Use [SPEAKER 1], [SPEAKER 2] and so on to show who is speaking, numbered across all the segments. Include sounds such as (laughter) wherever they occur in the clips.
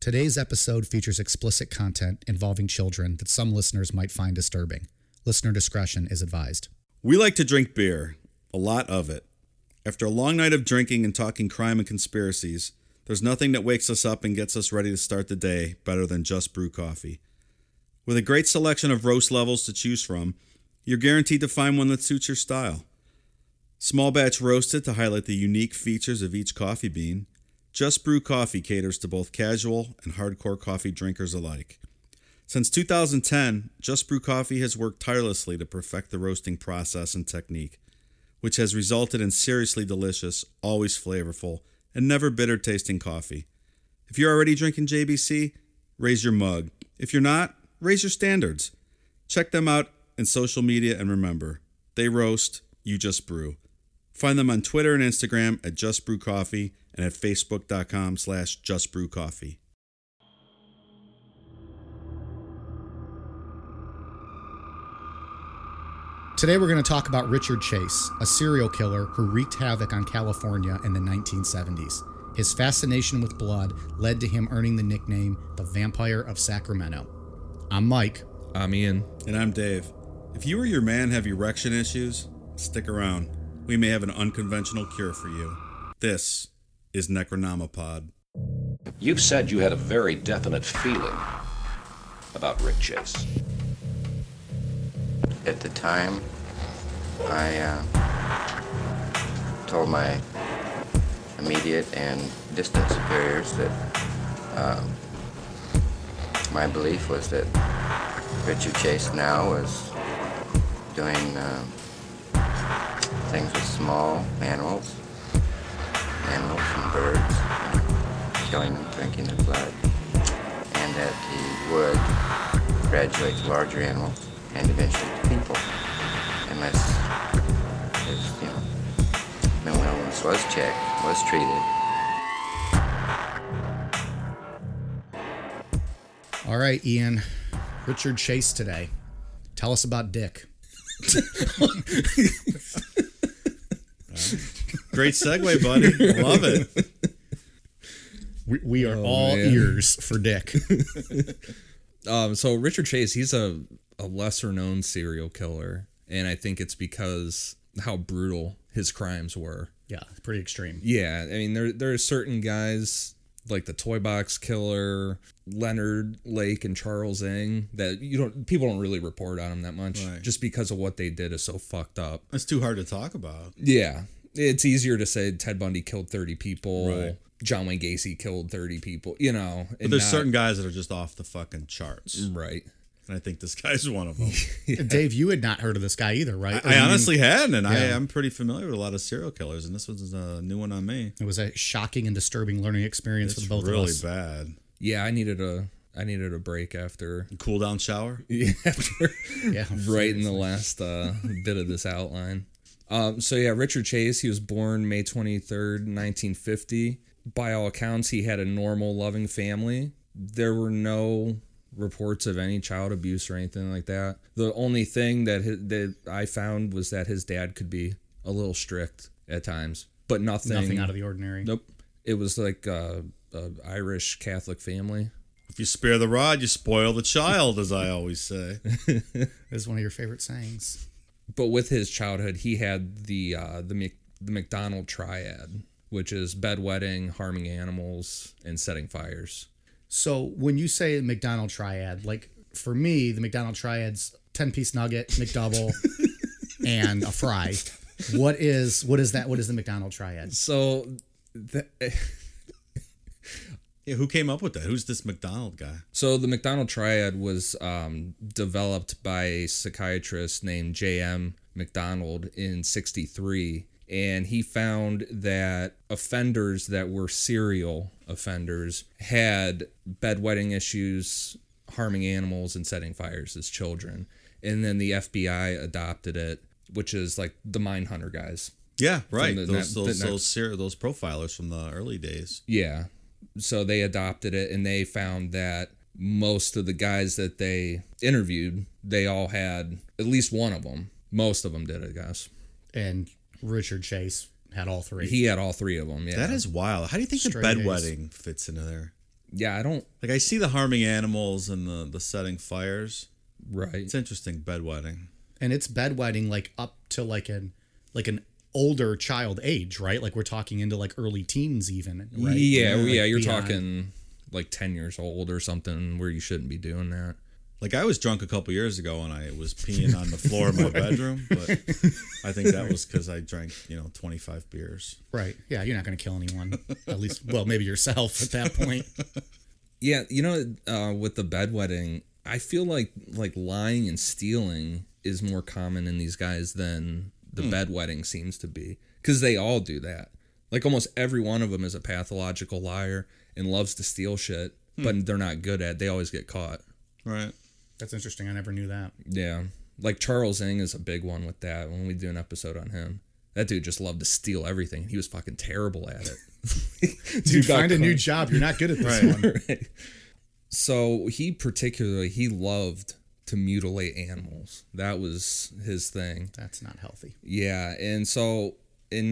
[SPEAKER 1] Today's episode features explicit content involving children that some listeners might find disturbing. Listener discretion is advised.
[SPEAKER 2] We like to drink beer, a lot of it. After a long night of drinking and talking crime and conspiracies, there's nothing that wakes us up and gets us ready to start the day better than just brew coffee. With a great selection of roast levels to choose from, you're guaranteed to find one that suits your style. Small batch roasted to highlight the unique features of each coffee bean, Just Brew Coffee caters to both casual and hardcore coffee drinkers alike. Since 2010, Just Brew Coffee has worked tirelessly to perfect the roasting process and technique, which has resulted in seriously delicious, always flavorful, and never bitter tasting coffee. If you're already drinking JBC, raise your mug. If you're not, raise your standards. Check them out in social media and remember, they roast, you just brew. Find them on Twitter and Instagram at Just Brew Coffee and at facebook.com slash Just Brew Coffee.
[SPEAKER 1] Today we're going to talk about Richard Chase, a serial killer who wreaked havoc on California in the 1970s. His fascination with blood led to him earning the nickname the Vampire of Sacramento. I'm Mike.
[SPEAKER 3] I'm Ian.
[SPEAKER 2] And I'm Dave. If you or your man have erection issues, stick around. We may have an unconventional cure for you. This is Necronomipod.
[SPEAKER 4] You've said you had a very definite feeling about Rick Chase.
[SPEAKER 5] At the time, I uh, told my immediate and distant superiors that um, my belief was that Richard Chase now was doing um, things with small animals, animals and birds, killing them, drinking their blood, and that he would graduate to larger animals and eventually to people, unless his, you know, mental illness was checked, was treated.
[SPEAKER 1] All right, Ian. Richard Chase today. Tell us about Dick.
[SPEAKER 2] Great (laughs) segue, buddy. Love it.
[SPEAKER 1] We, we are all
[SPEAKER 3] man.
[SPEAKER 1] ears for Dick.
[SPEAKER 3] Um, so Richard Chase, he's a, a lesser known serial killer, and I think it's because how brutal his crimes were.
[SPEAKER 1] (laughs) yeah, it's pretty (laughs) extreme.
[SPEAKER 3] Yeah, I mean there there are certain guys like the Toy Box Killer, Leonard Lake, and Charles Ng that you don't people don't really report on them that much
[SPEAKER 2] Right.
[SPEAKER 3] just because of what they did is so fucked up.
[SPEAKER 2] That's too hard to talk about.
[SPEAKER 3] Yeah. It's easier to say Ted Bundy killed 30 people,
[SPEAKER 2] Right.
[SPEAKER 3] John Wayne Gacy killed 30 people, you know.
[SPEAKER 2] But
[SPEAKER 3] and
[SPEAKER 2] there's
[SPEAKER 3] not-
[SPEAKER 2] certain guys that are just off the fucking charts.
[SPEAKER 3] Right.
[SPEAKER 2] And I think this guy's one (laughs) of them.
[SPEAKER 1] Dave, you had not heard of this guy either, right?
[SPEAKER 2] I, I
[SPEAKER 1] mean,
[SPEAKER 2] honestly hadn't, and I,
[SPEAKER 1] Yeah.
[SPEAKER 2] I'm pretty familiar with a lot of serial killers, and this was a new one on me.
[SPEAKER 1] It was a shocking and disturbing learning experience
[SPEAKER 2] It's
[SPEAKER 1] for both
[SPEAKER 2] really
[SPEAKER 1] of us.
[SPEAKER 2] bad.
[SPEAKER 3] Yeah, I needed a I needed a break after (laughs)
[SPEAKER 2] Cool down shower.
[SPEAKER 3] after (laughs)
[SPEAKER 1] Yeah.
[SPEAKER 3] writing the
[SPEAKER 1] (laughs)
[SPEAKER 3] last uh, bit of this outline. Um, so yeah, Richard Chase, he was born May 23rd, 1950. By all accounts, he had a normal, loving family. There were no reports of any child abuse or anything like that. The only thing that hi- that I found was that his dad could be a little strict at times, but nothing
[SPEAKER 1] Nothing out of the ordinary.
[SPEAKER 3] Nope. It was like uh, a Irish Catholic family.
[SPEAKER 2] If you spare the rod, you spoil the child, as I always (laughs) say.
[SPEAKER 1] This is one of your favorite sayings.
[SPEAKER 3] but with his childhood, he had the uh, the Mc, the McDonald triad, which is bedwetting, harming animals, and setting fires.
[SPEAKER 1] So when you say McDonald triad, like for me, the McDonald triad's ten piece nugget,
[SPEAKER 3] (laughs)
[SPEAKER 1] McDouble, and a fry. What is what is that? What is the McDonald triad?
[SPEAKER 3] So, the,
[SPEAKER 2] Yeah, who came up with that? Who's this McDonald guy?
[SPEAKER 3] so the McDonald triad was um, developed by a psychiatrist named J.M. McDonald in '63, and he found that offenders that were serial offenders had bedwetting issues, harming animals and setting fires as children. And then the FBI adopted it, which is like the mine hunter guys.
[SPEAKER 2] Yeah, right.
[SPEAKER 3] the
[SPEAKER 2] those
[SPEAKER 3] na-
[SPEAKER 2] those
[SPEAKER 3] the na-
[SPEAKER 2] those, ser- those profilers from the early days.
[SPEAKER 3] Yeah. So they adopted it and they found that most of the guys that they interviewed, they all had at least one of them. Most of them did, I guess.
[SPEAKER 1] And Richard Chase had all three.
[SPEAKER 3] He had all three of them. Yeah.
[SPEAKER 2] That is wild. How do you think
[SPEAKER 1] Straight
[SPEAKER 2] the
[SPEAKER 1] A's.
[SPEAKER 2] bedwetting fits into there?
[SPEAKER 3] Yeah, I don't.
[SPEAKER 2] Like I see the harming animals and the the setting fires.
[SPEAKER 3] Right.
[SPEAKER 2] It's interesting bedwetting.
[SPEAKER 1] and it's bedwetting like up to like an like an older child age, right? Like we're talking into like early teens even, right?
[SPEAKER 3] Yeah, yeah, you're
[SPEAKER 1] beyond.
[SPEAKER 3] talking like 10 years old or something where you shouldn't be doing that.
[SPEAKER 2] Like I was drunk a couple years ago and I was peeing on the floor of my bedroom, but I think that was because I drank you know 25 beers.
[SPEAKER 1] Right. Yeah, you're not going to kill anyone. At
[SPEAKER 3] (laughs)
[SPEAKER 1] least well, maybe yourself at that point.
[SPEAKER 3] Yeah, you know, uh, with the bedwetting, I feel like like lying and stealing is more common in these guys than the
[SPEAKER 1] Hmm.
[SPEAKER 3] bedwetting seems to be, because they all do that. Like almost every one of them is a pathological liar and loves to steal shit,
[SPEAKER 1] Hmm.
[SPEAKER 3] but they're not good at. it. They always get caught.
[SPEAKER 2] Right.
[SPEAKER 1] That's interesting. I never knew that.
[SPEAKER 3] Yeah, like Charles Ng is a big one with that. When we do an episode on him, that dude just loved to steal everything. He was fucking terrible at (laughs) it.
[SPEAKER 1] Dude,
[SPEAKER 3] got
[SPEAKER 1] find a new
[SPEAKER 3] caught.
[SPEAKER 1] job. You're not good at this one.
[SPEAKER 3] (laughs) Right. so he particularly he loved to mutilate animals that was his thing
[SPEAKER 1] That's not healthy.
[SPEAKER 3] yeah and so in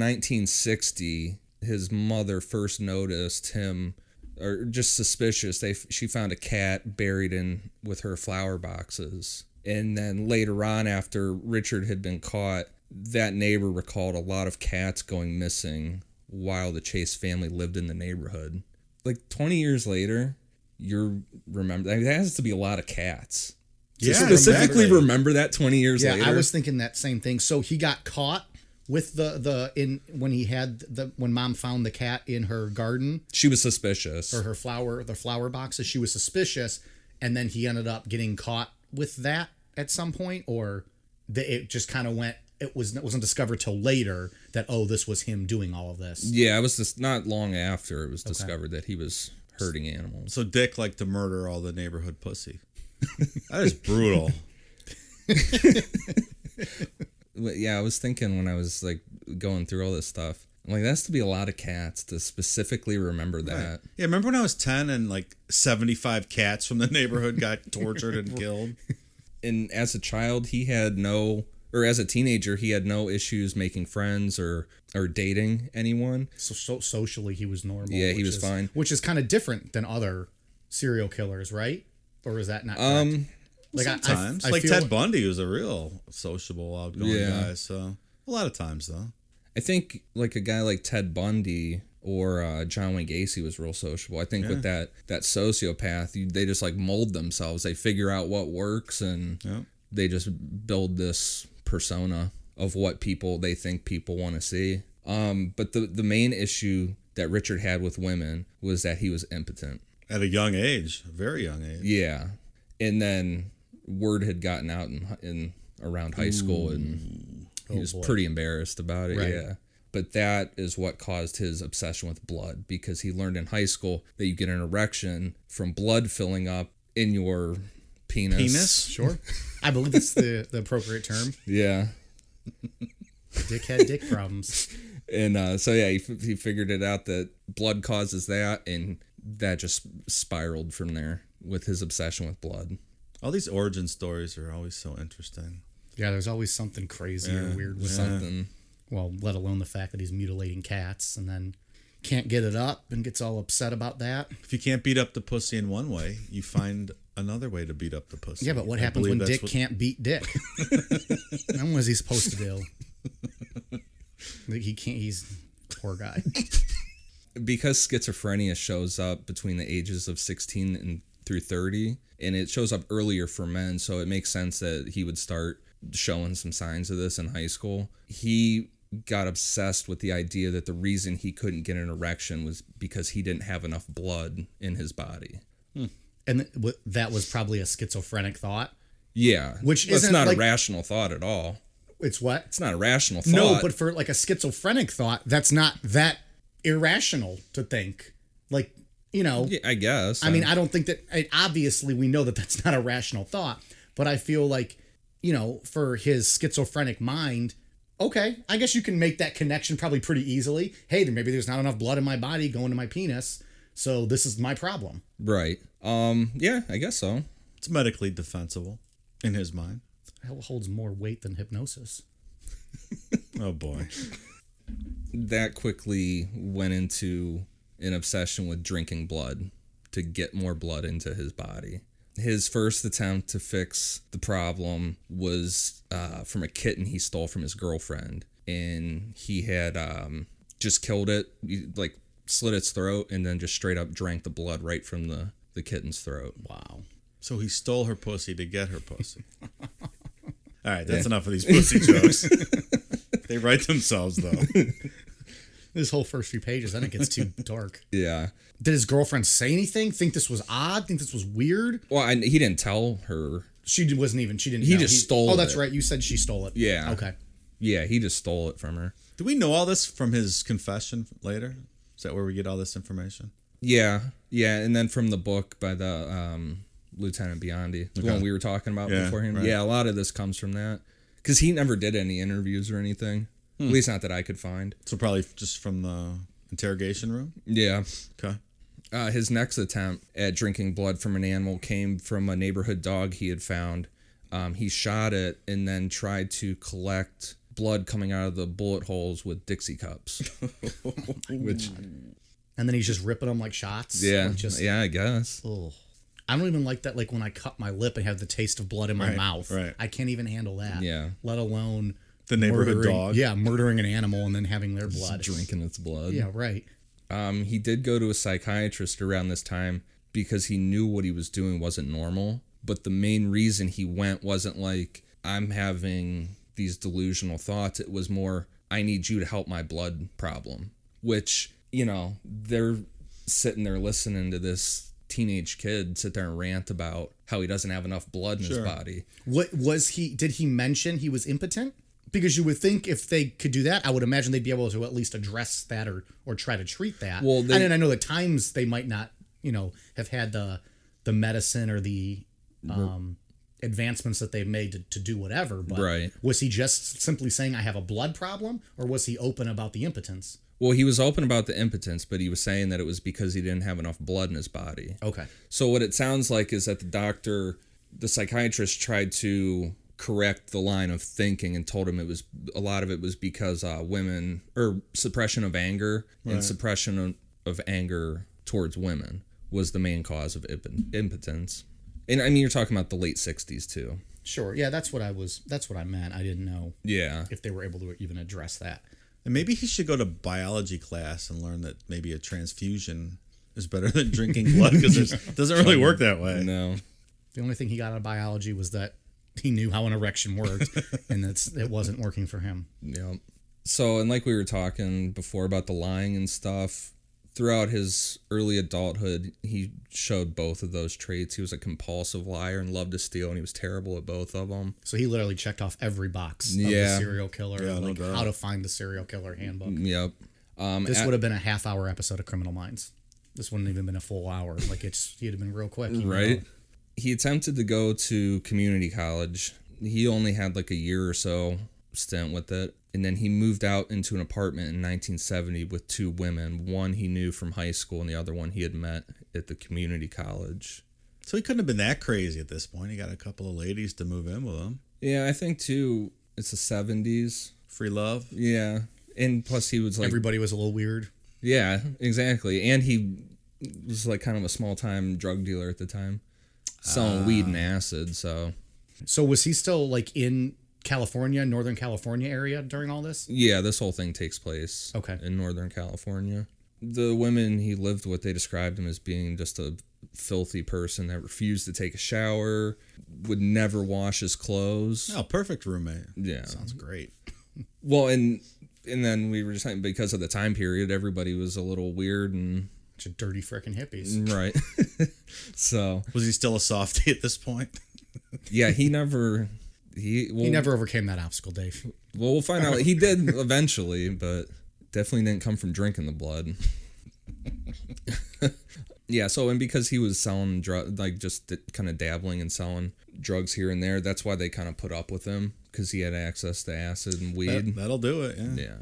[SPEAKER 3] 1960 his mother first noticed him or just suspicious they she found a cat buried in with her flower boxes and then later on after richard had been caught that neighbor recalled a lot of cats going missing while the chase family lived in the neighborhood like 20 years later you're remember I mean, that has to be a lot of cats To
[SPEAKER 1] Yeah,
[SPEAKER 3] specifically
[SPEAKER 1] remember.
[SPEAKER 3] remember that 20 years
[SPEAKER 1] Yeah,
[SPEAKER 3] later
[SPEAKER 1] I was thinking that same thing. So he got caught with the the in when he had the when mom found the cat in her garden
[SPEAKER 3] she was suspicious
[SPEAKER 1] or her flower the flower boxes. She was suspicious, and then he ended up getting caught with that at some point, or the, it just kind of went. It was it wasn't discovered till later that oh this was him doing all of this.
[SPEAKER 3] Yeah, it was just not long after it was discovered that he was hurting animals.
[SPEAKER 2] So Dick liked to murder all the neighborhood pussy. that is brutal.
[SPEAKER 3] But yeah, I was thinking when I was like going through all this stuff, I'm like that's to be a lot of cats to specifically remember that.
[SPEAKER 2] Yeah, remember when I was 10 and like 75 cats from the
[SPEAKER 1] (laughs)
[SPEAKER 2] neighborhood got tortured and killed?
[SPEAKER 3] And as a child, he had no or as a teenager, he had no issues making friends or or dating anyone.
[SPEAKER 1] So, so socially he was normal.
[SPEAKER 3] Yeah, he
[SPEAKER 1] which
[SPEAKER 3] was
[SPEAKER 1] is-
[SPEAKER 3] fine.
[SPEAKER 1] which is kind of different than other serial killers, right? Or is that not? correct?
[SPEAKER 3] Um
[SPEAKER 1] like I- I-
[SPEAKER 2] Times.
[SPEAKER 1] I
[SPEAKER 2] like
[SPEAKER 1] feel
[SPEAKER 2] Ted Bundy was a real sociable, outgoing
[SPEAKER 3] Yeah.
[SPEAKER 2] guy. So a lot of times, though.
[SPEAKER 3] I think like a guy like Ted Bundy or uh, John Wayne Gacy was real sociable. I think with that that sociopath, you, they just like mold themselves. They figure out what works and
[SPEAKER 2] Yeah.
[SPEAKER 3] they just build this persona of what people they think people want to see. Um, but the the main issue that Richard had with women was that he was impotent.
[SPEAKER 2] At a young age, a very young age.
[SPEAKER 3] Yeah, and then word had gotten out in hi- in around high school, and he was pretty embarrassed about it.
[SPEAKER 1] Right.
[SPEAKER 3] Yeah, but that is what caused his obsession with blood because he learned in high school that you get an erection from blood filling up in your penis.
[SPEAKER 2] Penis? (laughs)
[SPEAKER 1] Sure. I believe that's the, the appropriate term.
[SPEAKER 3] Yeah.
[SPEAKER 1] Dick had dick problems.
[SPEAKER 3] And uh, so yeah, he, f- he figured it out that blood causes that, and that just spiraled from there with his obsession with blood.
[SPEAKER 2] All these origin stories are always so interesting.
[SPEAKER 1] Yeah, there's always something crazy or weird with something.
[SPEAKER 3] Something.
[SPEAKER 1] Well, let alone the fact that he's mutilating cats and then can't get it up and gets all upset about that.
[SPEAKER 2] If you can't beat up the pussy in one way, you find another way to beat up the pussy.
[SPEAKER 1] Yeah, but what
[SPEAKER 2] I
[SPEAKER 1] happens
[SPEAKER 2] believe
[SPEAKER 1] when
[SPEAKER 2] that's
[SPEAKER 1] Dick
[SPEAKER 2] what-
[SPEAKER 1] can't beat
[SPEAKER 2] (laughs)
[SPEAKER 1] Dick? then what is he supposed to do? Like, He can't. He's poor guy.
[SPEAKER 3] because schizophrenia shows up between the ages of 16 and through 30 and it shows up earlier for men so it makes sense that he would start showing some signs of this in high school he got obsessed with the idea that the reason he couldn't get an erection was because he didn't have enough blood in his body
[SPEAKER 1] And th- w- that was probably a schizophrenic thought.
[SPEAKER 3] yeah
[SPEAKER 1] Which
[SPEAKER 3] that's
[SPEAKER 1] isn't,
[SPEAKER 3] not
[SPEAKER 1] like-
[SPEAKER 3] a rational thought at all
[SPEAKER 1] It's what?
[SPEAKER 3] it's not a rational thought
[SPEAKER 1] No, but for like a schizophrenic thought, that's not that irrational to think. Like, you know,
[SPEAKER 3] Yeah, i guess
[SPEAKER 1] I mean, I don't think that I, obviously we know that that's not a rational thought, but I feel like, you know, for his schizophrenic mind, okay, I guess you can make that connection probably pretty easily. Hey, there maybe there's not enough blood in my body going to my penis, so this is my problem.
[SPEAKER 3] right um yeah i guess so
[SPEAKER 2] It's medically defensible in his mind.
[SPEAKER 1] Hell holds more weight than hypnosis.
[SPEAKER 2] Oh, boy.
[SPEAKER 3] that quickly went into an obsession with drinking blood to get more blood into his body. His first attempt to fix the problem was uh, from a kitten he stole from his girlfriend, and he had um, just killed it, he, like slit its throat, and then just straight up drank the blood right from the the kitten's throat.
[SPEAKER 1] Wow.
[SPEAKER 2] So he stole her pussy to get her pussy. All right, that's enough of these pussy jokes. they write themselves though.
[SPEAKER 1] This whole first few pages, then it gets too (laughs) dark.
[SPEAKER 3] Yeah.
[SPEAKER 1] Did his girlfriend say anything? Think this was odd? Think this was weird?
[SPEAKER 3] Well, I, he didn't tell her.
[SPEAKER 1] She d- wasn't even. She didn't.
[SPEAKER 3] He
[SPEAKER 1] know.
[SPEAKER 3] just stole
[SPEAKER 1] Oh, that's
[SPEAKER 3] it.
[SPEAKER 1] right. You said she stole it.
[SPEAKER 3] Yeah.
[SPEAKER 1] Okay.
[SPEAKER 3] Yeah, he just stole it from her.
[SPEAKER 2] Do we know all this from his confession later? Is that where we get all this information?
[SPEAKER 3] Yeah, yeah, and then from the book by the um, Lieutenant Biondi, the one we were talking about
[SPEAKER 2] Yeah,
[SPEAKER 3] beforehand.
[SPEAKER 2] right.
[SPEAKER 3] Yeah, a lot of this comes from that because he never did any interviews or anything.
[SPEAKER 2] Hmm.
[SPEAKER 3] At least not that I could find.
[SPEAKER 2] So probably just from the interrogation room.
[SPEAKER 3] Yeah.
[SPEAKER 2] Okay.
[SPEAKER 3] Uh, his next attempt at drinking blood from an animal came from a neighborhood dog he had found. Um, he shot it and then tried to collect blood coming out of the bullet holes with
[SPEAKER 2] (laughs)
[SPEAKER 3] Dixie cups. Which,
[SPEAKER 1] And then he's just ripping them like shots.
[SPEAKER 3] yeah,
[SPEAKER 1] Like just,
[SPEAKER 3] yeah, I guess.
[SPEAKER 1] Ugh. I don't even like that. Like when I cut my lip and have the taste of blood in my
[SPEAKER 2] Right,
[SPEAKER 1] mouth.
[SPEAKER 2] right.
[SPEAKER 1] I can't even handle that.
[SPEAKER 3] Yeah.
[SPEAKER 1] Let alone
[SPEAKER 2] The neighborhood
[SPEAKER 1] murdering-
[SPEAKER 2] dog.
[SPEAKER 1] Yeah, murdering an animal and then having their blood.
[SPEAKER 3] Drinking its blood.
[SPEAKER 1] Yeah. Right.
[SPEAKER 3] Um, he did go to a psychiatrist around this time because he knew what he was doing wasn't normal. But the main reason he went wasn't like, I'm having these delusional thoughts. It was more, I need you to help my blood problem, which, you know, they're sitting there listening to this teenage kid sit there and rant about how he doesn't have enough blood in his body.
[SPEAKER 1] What was he? Did he mention he was impotent? Because you would think if they could do that, I would imagine they'd be able to at least address that or or try to treat that.
[SPEAKER 3] Well, they-
[SPEAKER 1] and then I know the times they might not, you know, have had the the medicine or the um, advancements that they've made to, to do whatever. But
[SPEAKER 3] Right.
[SPEAKER 1] was he just simply saying I have a blood problem, or was he open about the impotence?
[SPEAKER 3] Well, he was open about the impotence, but he was saying that it was because he didn't have enough blood in his body.
[SPEAKER 1] Okay.
[SPEAKER 3] So what it sounds like is that the doctor, the psychiatrist, tried to correct the line of thinking and told him it was a lot of it was because uh, women or suppression of anger and suppression of, of anger towards women was the main cause of imp- impotence. And I mean, you're talking about the late '60s too.
[SPEAKER 1] Sure. Yeah, that's what I was. That's what I meant. I didn't know
[SPEAKER 3] Yeah,
[SPEAKER 1] if they were able to even address that.
[SPEAKER 2] And maybe he should go to biology class and learn that maybe a transfusion is better than drinking blood because it doesn't really work that way.
[SPEAKER 3] no,
[SPEAKER 1] The only thing he got out of biology was that he knew how an erection worked, and that's it wasn't working for him.
[SPEAKER 3] Yep. So, and like we were talking before about the lying and stuff, throughout his early adulthood, he showed both of those traits. He was a compulsive liar and loved to steal, and he was terrible at both of them.
[SPEAKER 1] So he literally checked off every box of
[SPEAKER 3] Yeah.
[SPEAKER 1] the serial killer,
[SPEAKER 2] Yeah, no
[SPEAKER 1] like
[SPEAKER 2] doubt.
[SPEAKER 1] how to find the serial killer handbook.
[SPEAKER 3] Yep. Um,
[SPEAKER 1] This
[SPEAKER 3] at-
[SPEAKER 1] would have been a half hour episode of Criminal Minds. This wouldn't even been a full hour. Like it's he'd have been real quick. you know?
[SPEAKER 3] right? He attempted to go to community college. He only had like a year or so stint with it. And then he moved out into an apartment in 1970 with two women, one he knew from high school and the other one he had met at the community college.
[SPEAKER 2] So he couldn't have been that crazy at this point. He got a couple of ladies to move in with him.
[SPEAKER 3] Yeah, I think too. It's the seventies.
[SPEAKER 2] Free love.
[SPEAKER 3] Yeah, and plus he was like,
[SPEAKER 1] Everybody was a little weird.
[SPEAKER 3] yeah, exactly. And he was like kind of a small time drug dealer at the time, selling weed and acid. So
[SPEAKER 1] So was he still like in California, Northern California area during all this?
[SPEAKER 3] yeah, this whole thing takes place
[SPEAKER 1] Okay.
[SPEAKER 3] in Northern California. The women he lived with, they described him as being just a filthy person that refused to take a shower, would never wash his clothes.
[SPEAKER 2] Oh, perfect roommate.
[SPEAKER 3] Yeah.
[SPEAKER 2] Sounds great.
[SPEAKER 3] Well, and and then we were just saying because of the time period, everybody was a little weird and
[SPEAKER 1] Bunch of dirty frickin' hippies.
[SPEAKER 3] Right. (laughs) so
[SPEAKER 2] Was he still a softie (laughs) at this point?
[SPEAKER 3] yeah, he never he well,
[SPEAKER 1] He never overcame that obstacle, Dave. (laughs)
[SPEAKER 3] well we'll find out he did eventually, but definitely didn't come from drinking the blood. (laughs) yeah, so and because he was selling drug like just kind of dabbling and selling drugs here and there, that's why they kind of put up with him cuz he had access to acid and weed.
[SPEAKER 2] That, will do it. Yeah.
[SPEAKER 3] Yeah.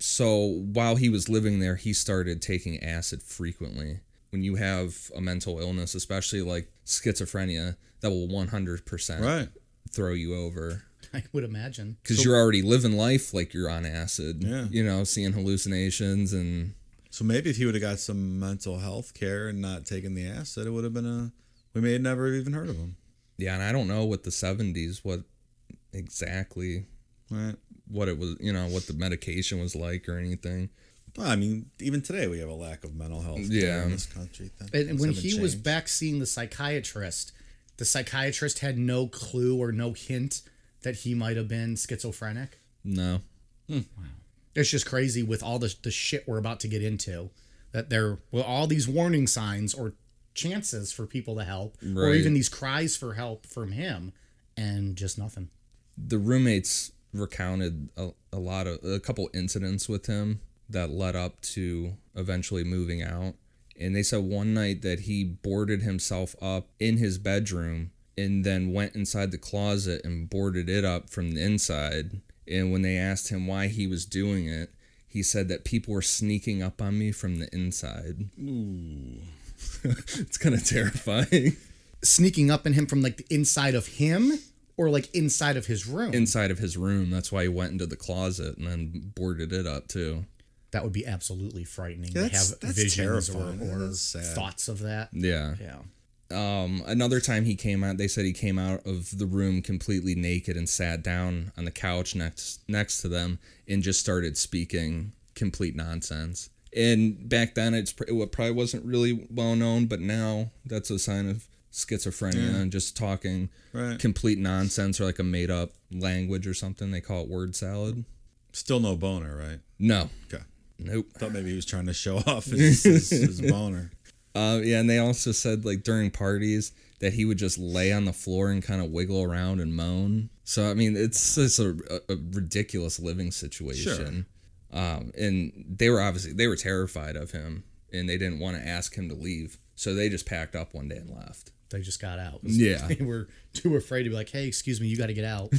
[SPEAKER 3] So while he was living there, he started taking acid frequently. When you have a mental illness, especially like schizophrenia, that will 100%
[SPEAKER 2] Right.
[SPEAKER 3] throw you over
[SPEAKER 1] I would imagine.
[SPEAKER 3] because you're already living life like you're on acid.
[SPEAKER 2] Yeah.
[SPEAKER 3] You know, seeing hallucinations and
[SPEAKER 2] So maybe if he would have got some mental health care and not taken the acid, it would have been a. We may have never even heard of him.
[SPEAKER 3] Yeah, and I don't know what the 70s, what exactly
[SPEAKER 2] Right.
[SPEAKER 3] what it was, you know, what the medication was like or anything.
[SPEAKER 2] Well, I mean, even today we have a lack of mental health care
[SPEAKER 3] Yeah.
[SPEAKER 2] in this country. Th-
[SPEAKER 1] And
[SPEAKER 2] things
[SPEAKER 1] when
[SPEAKER 2] haven't
[SPEAKER 1] he was
[SPEAKER 2] changed.
[SPEAKER 1] back seeing the psychiatrist, the psychiatrist had no clue or no hint that he might have been schizophrenic.
[SPEAKER 3] No.
[SPEAKER 1] It's just crazy with all the, the shit we're about to get into that there were all these warning signs or chances for people to help or
[SPEAKER 3] Right.
[SPEAKER 1] even these cries for help from him and just nothing.
[SPEAKER 3] The roommates recounted a, a lot of a couple incidents with him that led up to eventually moving out. And they said one night that he boarded himself up in his bedroom and then went inside the closet and boarded it up from the inside. And when they asked him why he was doing it, he said that people were sneaking up on me from the inside. Ooh. (laughs) it's kind of terrifying.
[SPEAKER 1] Sneaking up on him from like the inside of him or like inside of his room.
[SPEAKER 3] inside of his room. That's why he went into the closet and then boarded it up too.
[SPEAKER 1] that would be absolutely frightening to
[SPEAKER 2] Yeah,
[SPEAKER 1] have
[SPEAKER 2] that's- that's
[SPEAKER 1] visions or,
[SPEAKER 2] terrifying. That
[SPEAKER 1] or
[SPEAKER 2] is sad.
[SPEAKER 1] thoughts of that.
[SPEAKER 3] Yeah.
[SPEAKER 1] Yeah.
[SPEAKER 3] Um, another time he came out, they said he came out of the room completely naked and sat down on the couch next next to them and just started speaking complete nonsense. And back then, it's pr- it probably wasn't really well known, but now that's a sign of schizophrenia and just talking
[SPEAKER 2] Right.
[SPEAKER 3] complete nonsense or like a made up language or something. They call it word salad.
[SPEAKER 2] Still no boner, right?
[SPEAKER 3] No,
[SPEAKER 2] Okay.
[SPEAKER 3] nope.
[SPEAKER 2] Thought maybe he was trying to show (laughs) off
[SPEAKER 3] (laughs)
[SPEAKER 2] his, his, his boner.
[SPEAKER 3] Uh, yeah, and they also said like during parties that he would just lay on the floor and kind of wiggle around and moan. So I mean, it's just a, a ridiculous living situation. Um, and they were obviously they were terrified of him, and they didn't want to ask him to leave, so they just packed up one day and left.
[SPEAKER 1] They just got out. (laughs)
[SPEAKER 3] Yeah.
[SPEAKER 1] They were too afraid to be like, hey, excuse me, you got to get
[SPEAKER 2] (laughs)
[SPEAKER 1] out.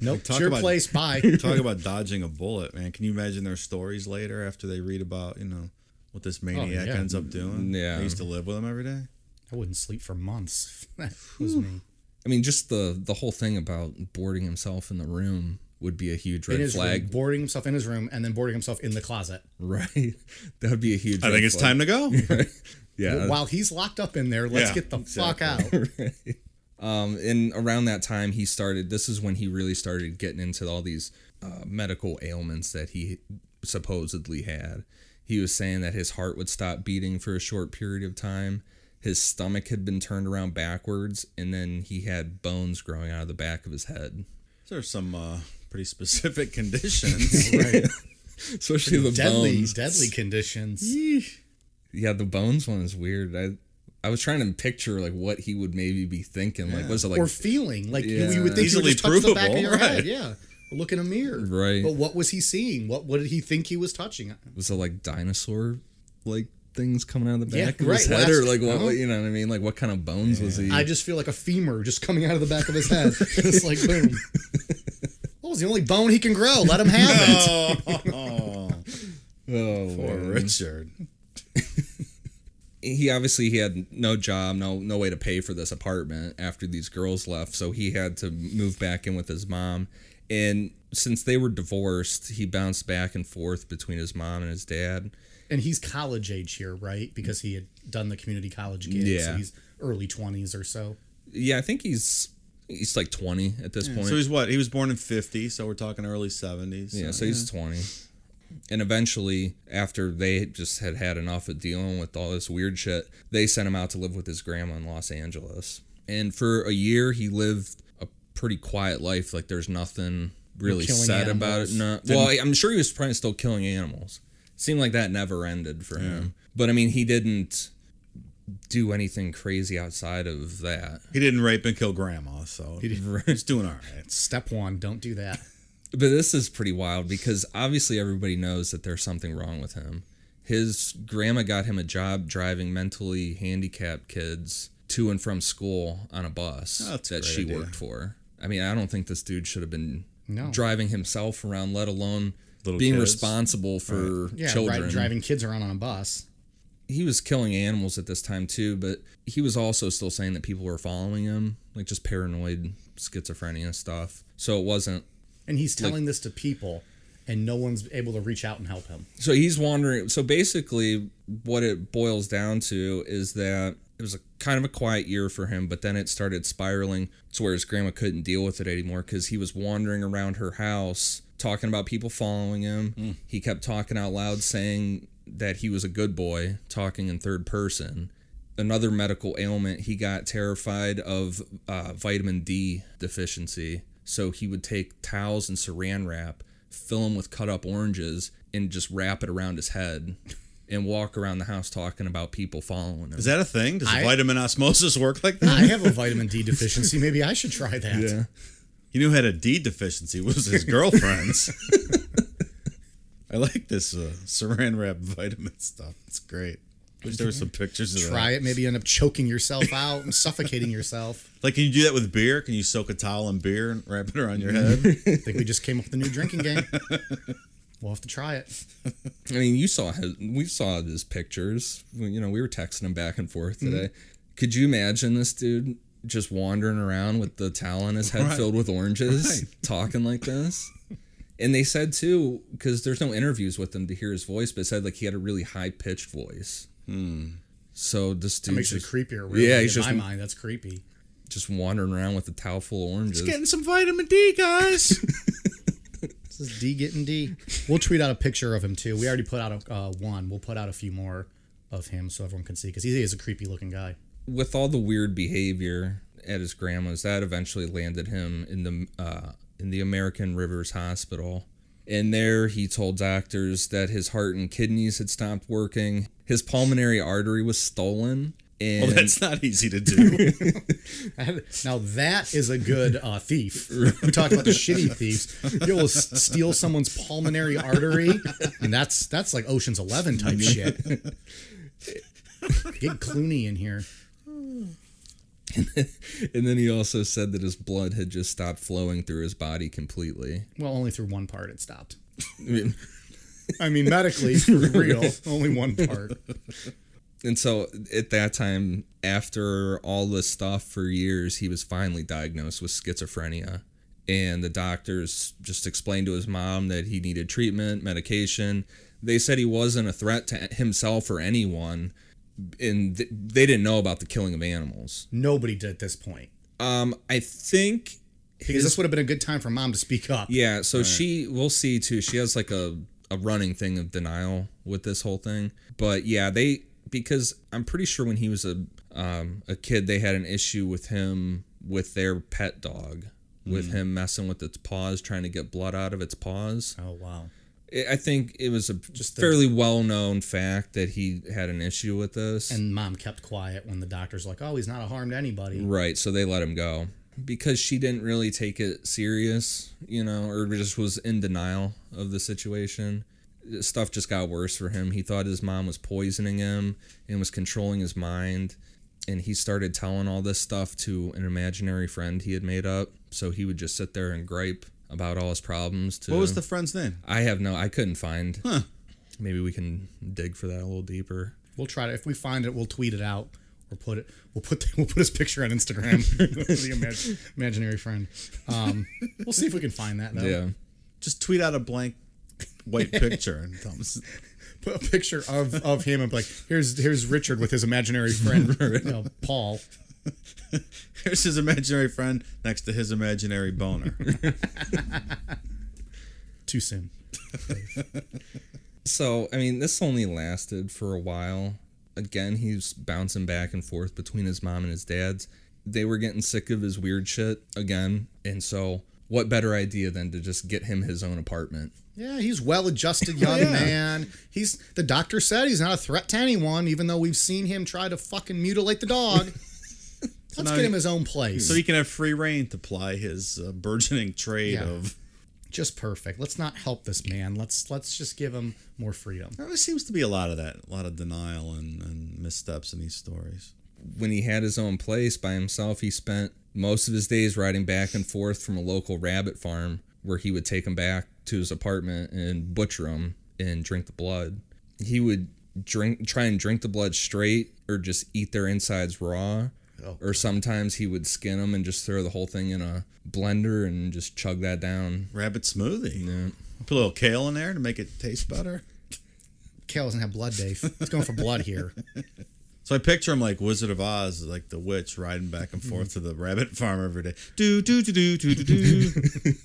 [SPEAKER 1] nope. it's
[SPEAKER 2] talk
[SPEAKER 1] your
[SPEAKER 2] about- (laughs)
[SPEAKER 1] place. Bye.
[SPEAKER 2] Talk about dodging a bullet, man. Can you imagine their stories later after they read about, you know, what this maniac
[SPEAKER 1] Oh, yeah.
[SPEAKER 2] ends up doing?
[SPEAKER 3] Yeah.
[SPEAKER 2] I used to live with him every day.
[SPEAKER 1] I wouldn't sleep for months. if (laughs) that was me.
[SPEAKER 3] I mean, just the the whole thing about boarding himself in the room would be a huge
[SPEAKER 1] In
[SPEAKER 3] red
[SPEAKER 1] his room,
[SPEAKER 3] flag,
[SPEAKER 1] boarding himself in his room and then boarding himself in the closet.
[SPEAKER 3] (laughs) right? That would be a huge.
[SPEAKER 2] I think it's time to
[SPEAKER 3] (laughs)
[SPEAKER 2] go.
[SPEAKER 3] Yeah,
[SPEAKER 1] While he's locked up in there, let's
[SPEAKER 2] Yeah,
[SPEAKER 1] get the fuck
[SPEAKER 2] (laughs)
[SPEAKER 1] out.
[SPEAKER 3] um, and around that time he started this is when he really started getting into all these uh, medical ailments that he supposedly had he was saying that his heart would stop beating for a short period of time his stomach had been turned around backwards and then he had bones growing out of the back of his head (laughs)
[SPEAKER 2] Those are some uh, pretty specific (laughs) conditions. (laughs) right.
[SPEAKER 3] especially the
[SPEAKER 1] Deadly,
[SPEAKER 3] bones
[SPEAKER 1] deadly conditions.
[SPEAKER 3] yeah the bones one is weird i I was trying to picture like what he would maybe be thinking. Like, was it like
[SPEAKER 1] or feeling. Like you,
[SPEAKER 3] Yeah.
[SPEAKER 1] you would think
[SPEAKER 2] Easily
[SPEAKER 1] you would just touch the back of
[SPEAKER 2] provable, (laughs)
[SPEAKER 1] your
[SPEAKER 2] right.
[SPEAKER 1] head. Yeah. Or Look in a mirror.
[SPEAKER 3] Right.
[SPEAKER 1] But what was he seeing? What what did he think he was touching?
[SPEAKER 3] was it like dinosaur like things coming out of the
[SPEAKER 1] Yeah,
[SPEAKER 3] back of
[SPEAKER 1] right,
[SPEAKER 3] his
[SPEAKER 1] well,
[SPEAKER 3] head or
[SPEAKER 1] that's-
[SPEAKER 3] like what,
[SPEAKER 1] well-
[SPEAKER 3] what- you know what I mean like what kind of bones was he
[SPEAKER 1] I just feel like a femur just coming out of the back of his head. (laughs) It's like boom. Well, it's the only bone he can grow. Let him have it.
[SPEAKER 3] oh
[SPEAKER 2] Or
[SPEAKER 3] man.
[SPEAKER 2] Richard.
[SPEAKER 3] he obviously he had no job no no way to pay for this apartment after these girls left so he had to move back in with his mom and since they were divorced he bounced back and forth between his mom and his dad
[SPEAKER 1] And he's college age here, right? Because he had done the community college gig. So
[SPEAKER 3] Yeah.
[SPEAKER 1] he's early 20s or so.
[SPEAKER 3] yeah I think he's he's like 20 at this point
[SPEAKER 2] So he's what? He was born in 50, so we're talking early 70s.
[SPEAKER 3] Yeah, so he's 20. And eventually, after they just had had enough of dealing with all this weird shit, they sent him out to live with his grandma in Los Angeles. And for a year, he lived a pretty quiet life. Like, there's nothing really
[SPEAKER 1] killing
[SPEAKER 3] said about
[SPEAKER 1] animals.
[SPEAKER 3] it. No, well, I- I'm sure he was probably still killing animals. Seemed like that never ended for him. But I mean, he didn't do anything crazy outside of that.
[SPEAKER 2] He didn't rape and kill grandma, so (laughs) he's doing all right.
[SPEAKER 1] Step one, don't do
[SPEAKER 3] (laughs)
[SPEAKER 1] that.
[SPEAKER 3] But this is pretty wild because obviously everybody knows that there's something wrong with him. His grandma got him a job driving mentally handicapped kids to and from school on a bus
[SPEAKER 2] That's a
[SPEAKER 3] that
[SPEAKER 2] great
[SPEAKER 3] she
[SPEAKER 2] idea.
[SPEAKER 3] worked for. I mean, I don't think this dude should have been
[SPEAKER 1] No.
[SPEAKER 3] driving himself around, let alone
[SPEAKER 2] Little
[SPEAKER 3] being
[SPEAKER 2] kids.
[SPEAKER 3] responsible for
[SPEAKER 1] Yeah,
[SPEAKER 3] children.
[SPEAKER 1] right. Driving kids around on a bus.
[SPEAKER 3] He was killing animals at this time too, but he was also still saying that people were following him, like just paranoid schizophrenia stuff. So it wasn't
[SPEAKER 1] And he's telling this to people. and no one's able to reach out and help
[SPEAKER 3] (laughs)
[SPEAKER 1] him.
[SPEAKER 3] So he's wandering. So basically, what it boils down to is that it was a kind of a quiet year for him, but then it started spiraling to where his grandma couldn't deal with it anymore because he was wandering around her house talking about people following him. He kept talking out loud, saying that he was a good boy, talking in third person. Another medical ailment, he got terrified of uh, vitamin D deficiency. So he would take towels and saran wrap fill him with cut up oranges and just wrap it around his head and walk around the house talking about people following him.
[SPEAKER 2] Is that a thing? Does
[SPEAKER 1] I-
[SPEAKER 2] vitamin osmosis work like that?
[SPEAKER 1] I have a vitamin D deficiency. Maybe I should try that.
[SPEAKER 2] He knew had a D deficiency was his girlfriend's. I like this uh, saran wrap vitamin stuff. It's great. Wish there were some pictures of
[SPEAKER 1] Try
[SPEAKER 2] that.
[SPEAKER 1] it. Maybe you end up choking yourself out and suffocating yourself.
[SPEAKER 2] Like, can you do that with beer? Can you soak a towel in beer and wrap it around your head?
[SPEAKER 1] I think we just came up with a new drinking
[SPEAKER 3] (laughs)
[SPEAKER 1] game. We'll have to try it.
[SPEAKER 3] I mean, you saw his, we saw his pictures. We- You know, we were texting him back and forth today. Could you imagine this dude just wandering around with the towel on his head
[SPEAKER 2] Right.
[SPEAKER 3] filled with oranges, (laughs) talking like this? And they said too, because there's no interviews with him to hear his voice, but it said like he had a really high pitched voice. Hmm. So this dude
[SPEAKER 1] Makes
[SPEAKER 3] just,
[SPEAKER 1] it creepier. Really.
[SPEAKER 3] Yeah,
[SPEAKER 1] in
[SPEAKER 3] he's
[SPEAKER 1] my
[SPEAKER 3] just-
[SPEAKER 1] mind. That's creepy.
[SPEAKER 3] just wandering around with a towel full of oranges.
[SPEAKER 2] Getting some vitamin D, guys.
[SPEAKER 1] This is D getting D. We'll tweet out a picture of him too. We already put out a, uh, one. We'll put out a few more of him so everyone can see because he is a creepy looking guy. (laughs)
[SPEAKER 3] with all the weird behavior at his grandma's, that eventually landed him in the uh, in the American Rivers Hospital. And there, he told doctors that his heart and kidneys had stopped working. His pulmonary artery was stolen,
[SPEAKER 2] (laughs)
[SPEAKER 3] and
[SPEAKER 2] well, that's not easy to do.
[SPEAKER 1] Now that is a good uh, thief. We talked about the shitty thieves. You'll s- steal someone's pulmonary artery, and that's that's like Ocean's Eleven type shit. Get Clooney in here.
[SPEAKER 3] and then he also said that his blood had just stopped flowing through his body completely.
[SPEAKER 1] Well, only through one part it stopped. I mean, medically, for real, only one part.
[SPEAKER 3] And so, at that time, after all this stuff for years, he was finally diagnosed with schizophrenia. And the doctors just explained to his mom that he needed treatment, medication. They said he wasn't a threat to himself or anyone. And th- they didn't know about the killing of animals.
[SPEAKER 1] Nobody did at this point
[SPEAKER 3] Um, I think
[SPEAKER 1] because this would have been a good time for mom to speak up.
[SPEAKER 3] yeah, so she we'll see too. She has like a a running thing of denial with this whole thing. But yeah, they because I'm pretty sure when he was a um, a kid, they had an issue with him with their pet dog,
[SPEAKER 1] Mm.
[SPEAKER 3] with him messing with its paws, trying to get blood out of its paws.
[SPEAKER 1] Oh wow.
[SPEAKER 3] I- I think it was a
[SPEAKER 1] the-
[SPEAKER 3] fairly well known fact that he had an issue with this.
[SPEAKER 1] And mom kept quiet when the doctor's like, "Oh, he's not a harm to anybody."
[SPEAKER 3] Right, so they let him go because she didn't really take it serious, you know, or just was in denial of the situation. Stuff just got worse for him. He thought his mom was poisoning him and was controlling his mind, and he started telling all this stuff to an imaginary friend he had made up. So he would just sit there and gripe about all his problems. To
[SPEAKER 2] what was the friend's name?
[SPEAKER 3] I have no, I couldn't find. Maybe we can dig for that a little deeper.
[SPEAKER 1] We'll try to if we find it, we'll tweet it out or put it. We'll put (laughs) we'll put his picture on Instagram. (laughs) the imag- imaginary friend. Um, we'll see if we can find that. Though.
[SPEAKER 3] Yeah.
[SPEAKER 2] Just tweet out a blank (laughs) white picture and tell him.
[SPEAKER 1] Put a picture of of him and be like, here's here's Richard with his imaginary friend,
[SPEAKER 3] (laughs)
[SPEAKER 1] you know, Paul.
[SPEAKER 2] Here's his imaginary friend next to his imaginary (laughs) boner.
[SPEAKER 1] Too soon.
[SPEAKER 3] So, I mean, this only lasted for a while. Again, he's bouncing back and forth between his mom and his dad's. They were getting sick of his weird shit again. And so, what better idea than to just get him his own apartment?
[SPEAKER 1] Yeah, he's well adjusted young man. He's the doctor said he's not a threat to anyone, even though we've seen him try to fucking mutilate the dog. Let's
[SPEAKER 2] now
[SPEAKER 1] get
[SPEAKER 2] he-
[SPEAKER 1] him his own place.
[SPEAKER 2] so he can have free reign to ply his uh, burgeoning trade
[SPEAKER 1] Yeah.
[SPEAKER 2] of.
[SPEAKER 1] just perfect. Let's not help this man. Let's let's just give him more freedom.
[SPEAKER 2] There seems to be a lot of that, a lot of denial and, and missteps in these stories.
[SPEAKER 3] When he had his own place by himself, he spent most of his days riding back and forth from a local rabbit farm where he would take him back to his apartment and butcher him and drink the blood. He would drink try and drink the blood straight or just eat their insides raw. Or sometimes he would skin them and just throw the whole thing in a blender and just chug that down.
[SPEAKER 2] Rabbit smoothie. Put a little kale in there to make it taste better.
[SPEAKER 1] Kale doesn't have blood, Dave. It's going for blood here.
[SPEAKER 2] So I picture him like Wizard of Oz, like the witch riding back and forth to the rabbit (laughs) farm every day. Do do do do do do do.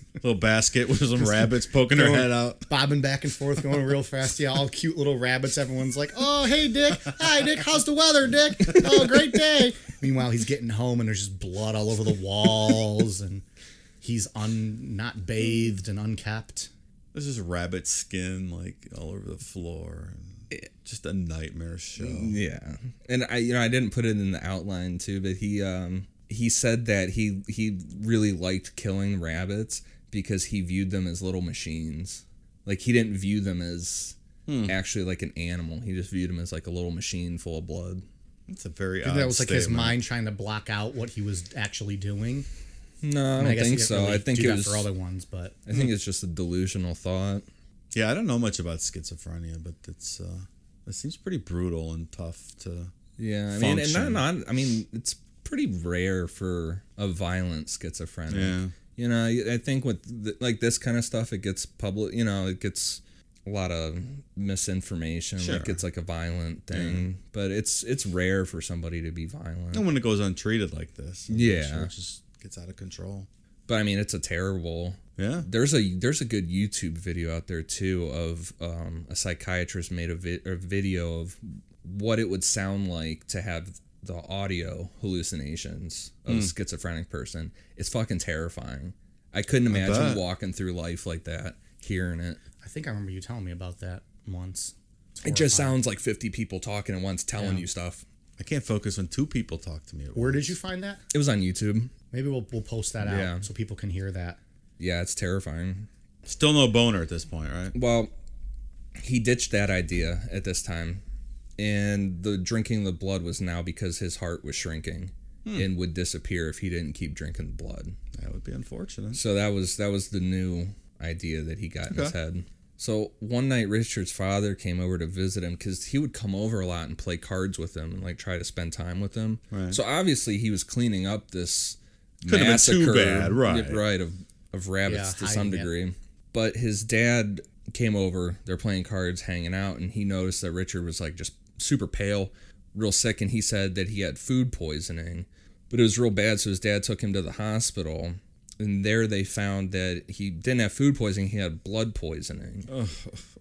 [SPEAKER 1] (laughs)
[SPEAKER 2] Little basket with some rabbits poking her head out.
[SPEAKER 1] bobbing back and forth, going real fast. Yeah, all cute little rabbits. Everyone's like, "Oh, hey, Dick! Hi, Dick! How's the weather, Dick? Oh, great day!" Meanwhile, he's getting home, and there's just blood all over the walls, and he's un not bathed and unkept.
[SPEAKER 2] There's just rabbit skin like all over the floor. And just a nightmare show.
[SPEAKER 3] Yeah. And I you know, I didn't put it in the outline too, but he um he said that he he really liked killing rabbits because he viewed them as little machines. Like he didn't view them as
[SPEAKER 1] Hmm.
[SPEAKER 3] actually like an animal. He just viewed them as like a little machine full of blood.
[SPEAKER 2] It's a very odd
[SPEAKER 1] And that was like his
[SPEAKER 2] statement.
[SPEAKER 1] mind trying to block out what he was actually doing.
[SPEAKER 3] No, I don't
[SPEAKER 1] mean, guess
[SPEAKER 3] think
[SPEAKER 1] you can't
[SPEAKER 3] so.
[SPEAKER 1] really
[SPEAKER 3] I think
[SPEAKER 1] do
[SPEAKER 3] it
[SPEAKER 1] that
[SPEAKER 3] was
[SPEAKER 1] for other ones, but
[SPEAKER 3] I think it's just a delusional thought.
[SPEAKER 2] Yeah, I don't know much about schizophrenia, but it's uh it seems pretty brutal and tough to
[SPEAKER 3] Yeah, I mean, and not,
[SPEAKER 2] Function.
[SPEAKER 3] not I mean, it's pretty rare for a violent schizophrenic.
[SPEAKER 2] Yeah.
[SPEAKER 3] You know, I- I think with th- like this kind of stuff, it gets public. You know, it gets a lot of misinformation.
[SPEAKER 2] Sure.
[SPEAKER 3] Like it's like a violent thing, but it's it's rare for somebody to be violent.
[SPEAKER 2] and when it goes untreated like this. I'm
[SPEAKER 3] Yeah.
[SPEAKER 2] sure it just gets out of control.
[SPEAKER 3] But I mean, it's a terrible.
[SPEAKER 2] Yeah.
[SPEAKER 3] There's a there's a good YouTube video out there too of um, a psychiatrist made a, vi- a video of what it would sound like to have the audio hallucinations of a
[SPEAKER 2] Hmm.
[SPEAKER 3] schizophrenic person. It's fucking terrifying. I couldn't imagine
[SPEAKER 2] bet.
[SPEAKER 3] walking through life like that, hearing it.
[SPEAKER 1] I think I remember you telling me about that once. It's
[SPEAKER 3] It just
[SPEAKER 1] horrifying.
[SPEAKER 3] sounds like 50 people talking at once telling you stuff.
[SPEAKER 2] I can't focus when two people talk to me. At
[SPEAKER 1] Where
[SPEAKER 2] once.
[SPEAKER 1] did you find that?
[SPEAKER 3] It was on YouTube.
[SPEAKER 1] Maybe we'll we'll post that out
[SPEAKER 3] Yeah.
[SPEAKER 1] so people can hear that.
[SPEAKER 3] Yeah, it's terrifying.
[SPEAKER 2] Still no boner at this point, right?
[SPEAKER 3] Well, he ditched that idea at this time. And the drinking the blood was now because his heart was shrinking and would disappear if he didn't keep drinking the blood.
[SPEAKER 2] That would be unfortunate.
[SPEAKER 3] So that was that was the new idea that he got in his
[SPEAKER 2] Okay.
[SPEAKER 3] head. So one night Richard's father came over to visit him because he would come over a lot and play cards with him and like try to spend time with him.
[SPEAKER 2] Right.
[SPEAKER 3] So obviously he was cleaning up this
[SPEAKER 2] Couldn't have been too
[SPEAKER 3] massacre,
[SPEAKER 2] bad, right.
[SPEAKER 3] Right of of rabbits
[SPEAKER 1] Yeah,
[SPEAKER 3] to some
[SPEAKER 1] hiding it.
[SPEAKER 3] degree. But his dad came over. They're playing cards, hanging out, and he noticed that Richard was like just super pale, real sick, and he said that he had food poisoning, but it was real bad. So his dad took him to the hospital, and there they found that he didn't have food poisoning. He had blood poisoning,
[SPEAKER 1] (laughs)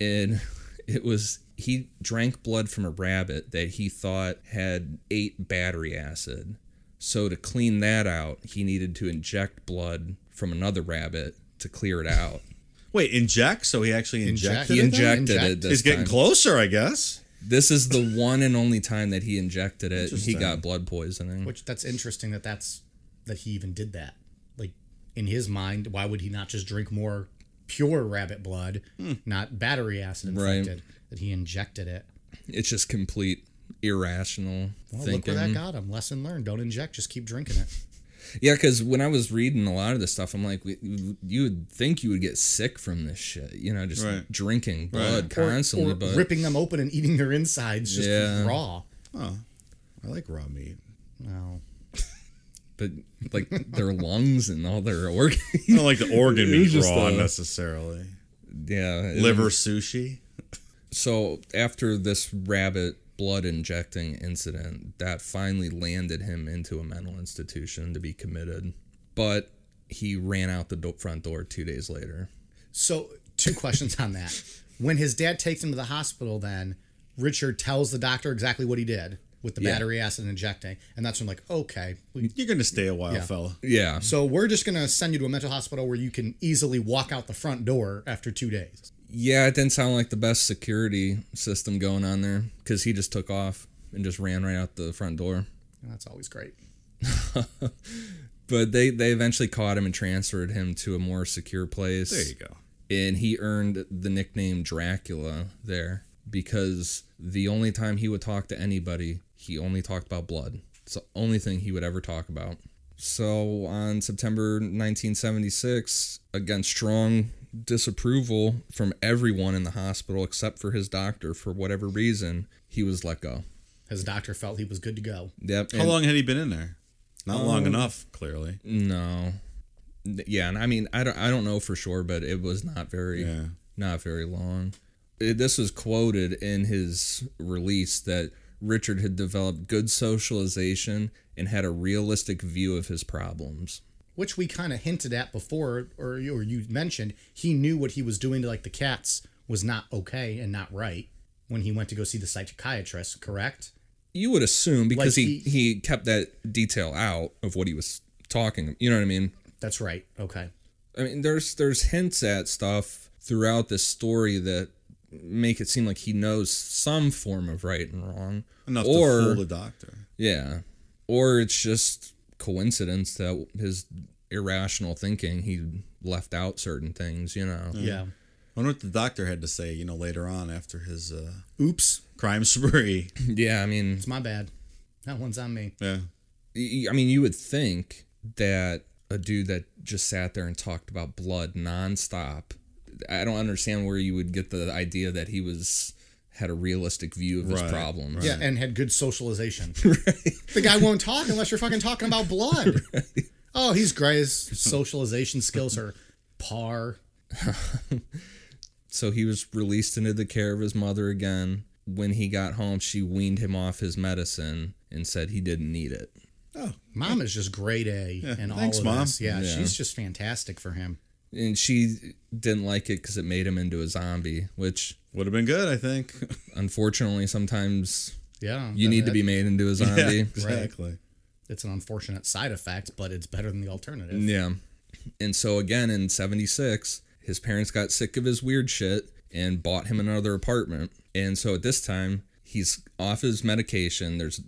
[SPEAKER 3] and it was he drank blood from a rabbit that he thought had ate battery acid. So to clean that out, he needed to inject blood from another rabbit to clear
[SPEAKER 1] (laughs)
[SPEAKER 3] it out.
[SPEAKER 2] Wait, inject? So he actually
[SPEAKER 1] Did
[SPEAKER 2] injected.
[SPEAKER 3] he
[SPEAKER 1] it
[SPEAKER 2] it?
[SPEAKER 1] then?
[SPEAKER 3] injected it.
[SPEAKER 1] Inject.
[SPEAKER 3] This
[SPEAKER 2] He's getting
[SPEAKER 3] time.
[SPEAKER 2] closer, I guess.
[SPEAKER 3] This is the one and only time that he injected it. and He got blood poisoning.
[SPEAKER 1] Which that's interesting that that's that he even did that. Like in his mind, why would he not just drink more pure rabbit blood, not battery acid
[SPEAKER 3] Hmm. Right.
[SPEAKER 1] infected? That he injected it.
[SPEAKER 3] It's just complete irrational
[SPEAKER 1] Well, look
[SPEAKER 3] thinking.
[SPEAKER 1] where that got him. Lesson learned. Don't inject. Just keep drinking it.
[SPEAKER 3] Yeah, because when I was reading a lot of this stuff, I'm like, we- you would think you would get sick from this shit, you know, just
[SPEAKER 2] Right.
[SPEAKER 3] drinking blood
[SPEAKER 1] Or-
[SPEAKER 3] constantly.
[SPEAKER 1] or
[SPEAKER 3] but
[SPEAKER 1] ripping them open and eating their insides just
[SPEAKER 3] Yeah.
[SPEAKER 1] raw.
[SPEAKER 2] I like raw meat.
[SPEAKER 1] No.
[SPEAKER 3] but like their (laughs) lungs and all their organs. (laughs)
[SPEAKER 2] I don't like the organ
[SPEAKER 3] It was
[SPEAKER 2] meat
[SPEAKER 3] just
[SPEAKER 2] raw
[SPEAKER 3] a-
[SPEAKER 2] necessarily.
[SPEAKER 3] yeah, it-
[SPEAKER 2] Liver sushi.
[SPEAKER 3] so after this rabbit blood injecting incident, that finally landed him into a mental institution to be committed. But he ran out the do- front door two days later.
[SPEAKER 1] So two questions on that. When his dad takes him to the hospital, then Richard tells the doctor exactly what he did with the
[SPEAKER 3] Yeah.
[SPEAKER 1] battery acid injecting, and that's when like, okay, we
[SPEAKER 2] You're gonna stay a while,
[SPEAKER 1] Yeah.
[SPEAKER 2] fella.
[SPEAKER 3] Yeah.
[SPEAKER 1] So we're just gonna send you to a mental hospital where you can easily walk out the front door after two days.
[SPEAKER 3] Yeah, it didn't sound like the best security system going on there because he just took off and just ran right out the front door.
[SPEAKER 1] And that's always great.
[SPEAKER 3] But they, they eventually caught him and transferred him to a more secure place.
[SPEAKER 2] There you go.
[SPEAKER 3] and he earned the nickname Dracula there because the only time he would talk to anybody, he only talked about blood. It's the only thing he would ever talk about. So on September 1976, against strong disapproval from everyone in the hospital except for his doctor for whatever reason, he was let go.
[SPEAKER 1] His doctor felt he was good to go.
[SPEAKER 3] Yep.
[SPEAKER 2] How
[SPEAKER 3] and- mm.
[SPEAKER 2] long had he been in there? Not long enough, clearly.
[SPEAKER 3] No. yeah, and I mean, I don't, I don't know for sure, but it was not very,
[SPEAKER 2] Yeah.
[SPEAKER 3] not very long. It, this was quoted in his release that Richard had developed good socialization and had a realistic view of his problems.
[SPEAKER 1] which we kind of hinted at before, or you, or you mentioned, he knew what he was doing to like the cats was not okay and not right when he went to go see the psychiatrist, correct?
[SPEAKER 3] You would assume because
[SPEAKER 1] Like
[SPEAKER 3] he,
[SPEAKER 1] he-
[SPEAKER 3] he kept that detail out of what he was talking. You know what I mean?
[SPEAKER 1] That's right. Okay.
[SPEAKER 3] I mean, there's there's hints at stuff throughout this story that make it seem like he knows some form of right and wrong,
[SPEAKER 2] Enough
[SPEAKER 3] or
[SPEAKER 2] to fool the doctor.
[SPEAKER 3] yeah, or it's just coincidence that his irrational thinking he left out certain things. You know,
[SPEAKER 1] Yeah.
[SPEAKER 2] I wonder what the doctor had to say, you know, later on after his uh,
[SPEAKER 1] Oops.
[SPEAKER 2] crime spree.
[SPEAKER 3] (laughs) yeah. I mean,
[SPEAKER 1] It's my bad. That one's on me.
[SPEAKER 2] yeah.
[SPEAKER 3] y- I mean, you would think that a dude that just sat there and talked about blood nonstop. I don't understand where you would get the idea that he was had a realistic view of his
[SPEAKER 2] Right,
[SPEAKER 3] problems.
[SPEAKER 1] Yeah, and had good
[SPEAKER 2] (laughs)
[SPEAKER 1] socialization. The guy won't talk unless you're fucking talking about
[SPEAKER 2] (laughs)
[SPEAKER 1] blood. Oh, he's great. His socialization skills are par.
[SPEAKER 3] So he was released into the care of his mother again. When he got home, she weaned him off his medicine and said he didn't need it.
[SPEAKER 1] Mom is just grade A and all
[SPEAKER 2] thanks,
[SPEAKER 1] of
[SPEAKER 2] Mom.
[SPEAKER 1] this. Yeah, she's just fantastic for him.
[SPEAKER 3] And she didn't like it because it made him into a zombie, which
[SPEAKER 2] Would have been good, I think.
[SPEAKER 3] unfortunately sometimes
[SPEAKER 1] (laughs) Yeah,
[SPEAKER 3] you
[SPEAKER 1] that-
[SPEAKER 3] need to be made into
[SPEAKER 2] (laughs)
[SPEAKER 3] a
[SPEAKER 2] yeah,
[SPEAKER 3] zombie.
[SPEAKER 2] exactly.
[SPEAKER 1] It's an unfortunate side effect, but it's better than the alternative.
[SPEAKER 3] Yeah. And so again in 76, his parents got sick of his weird shit and bought him another apartment. And so at this time, he's off his medication, there's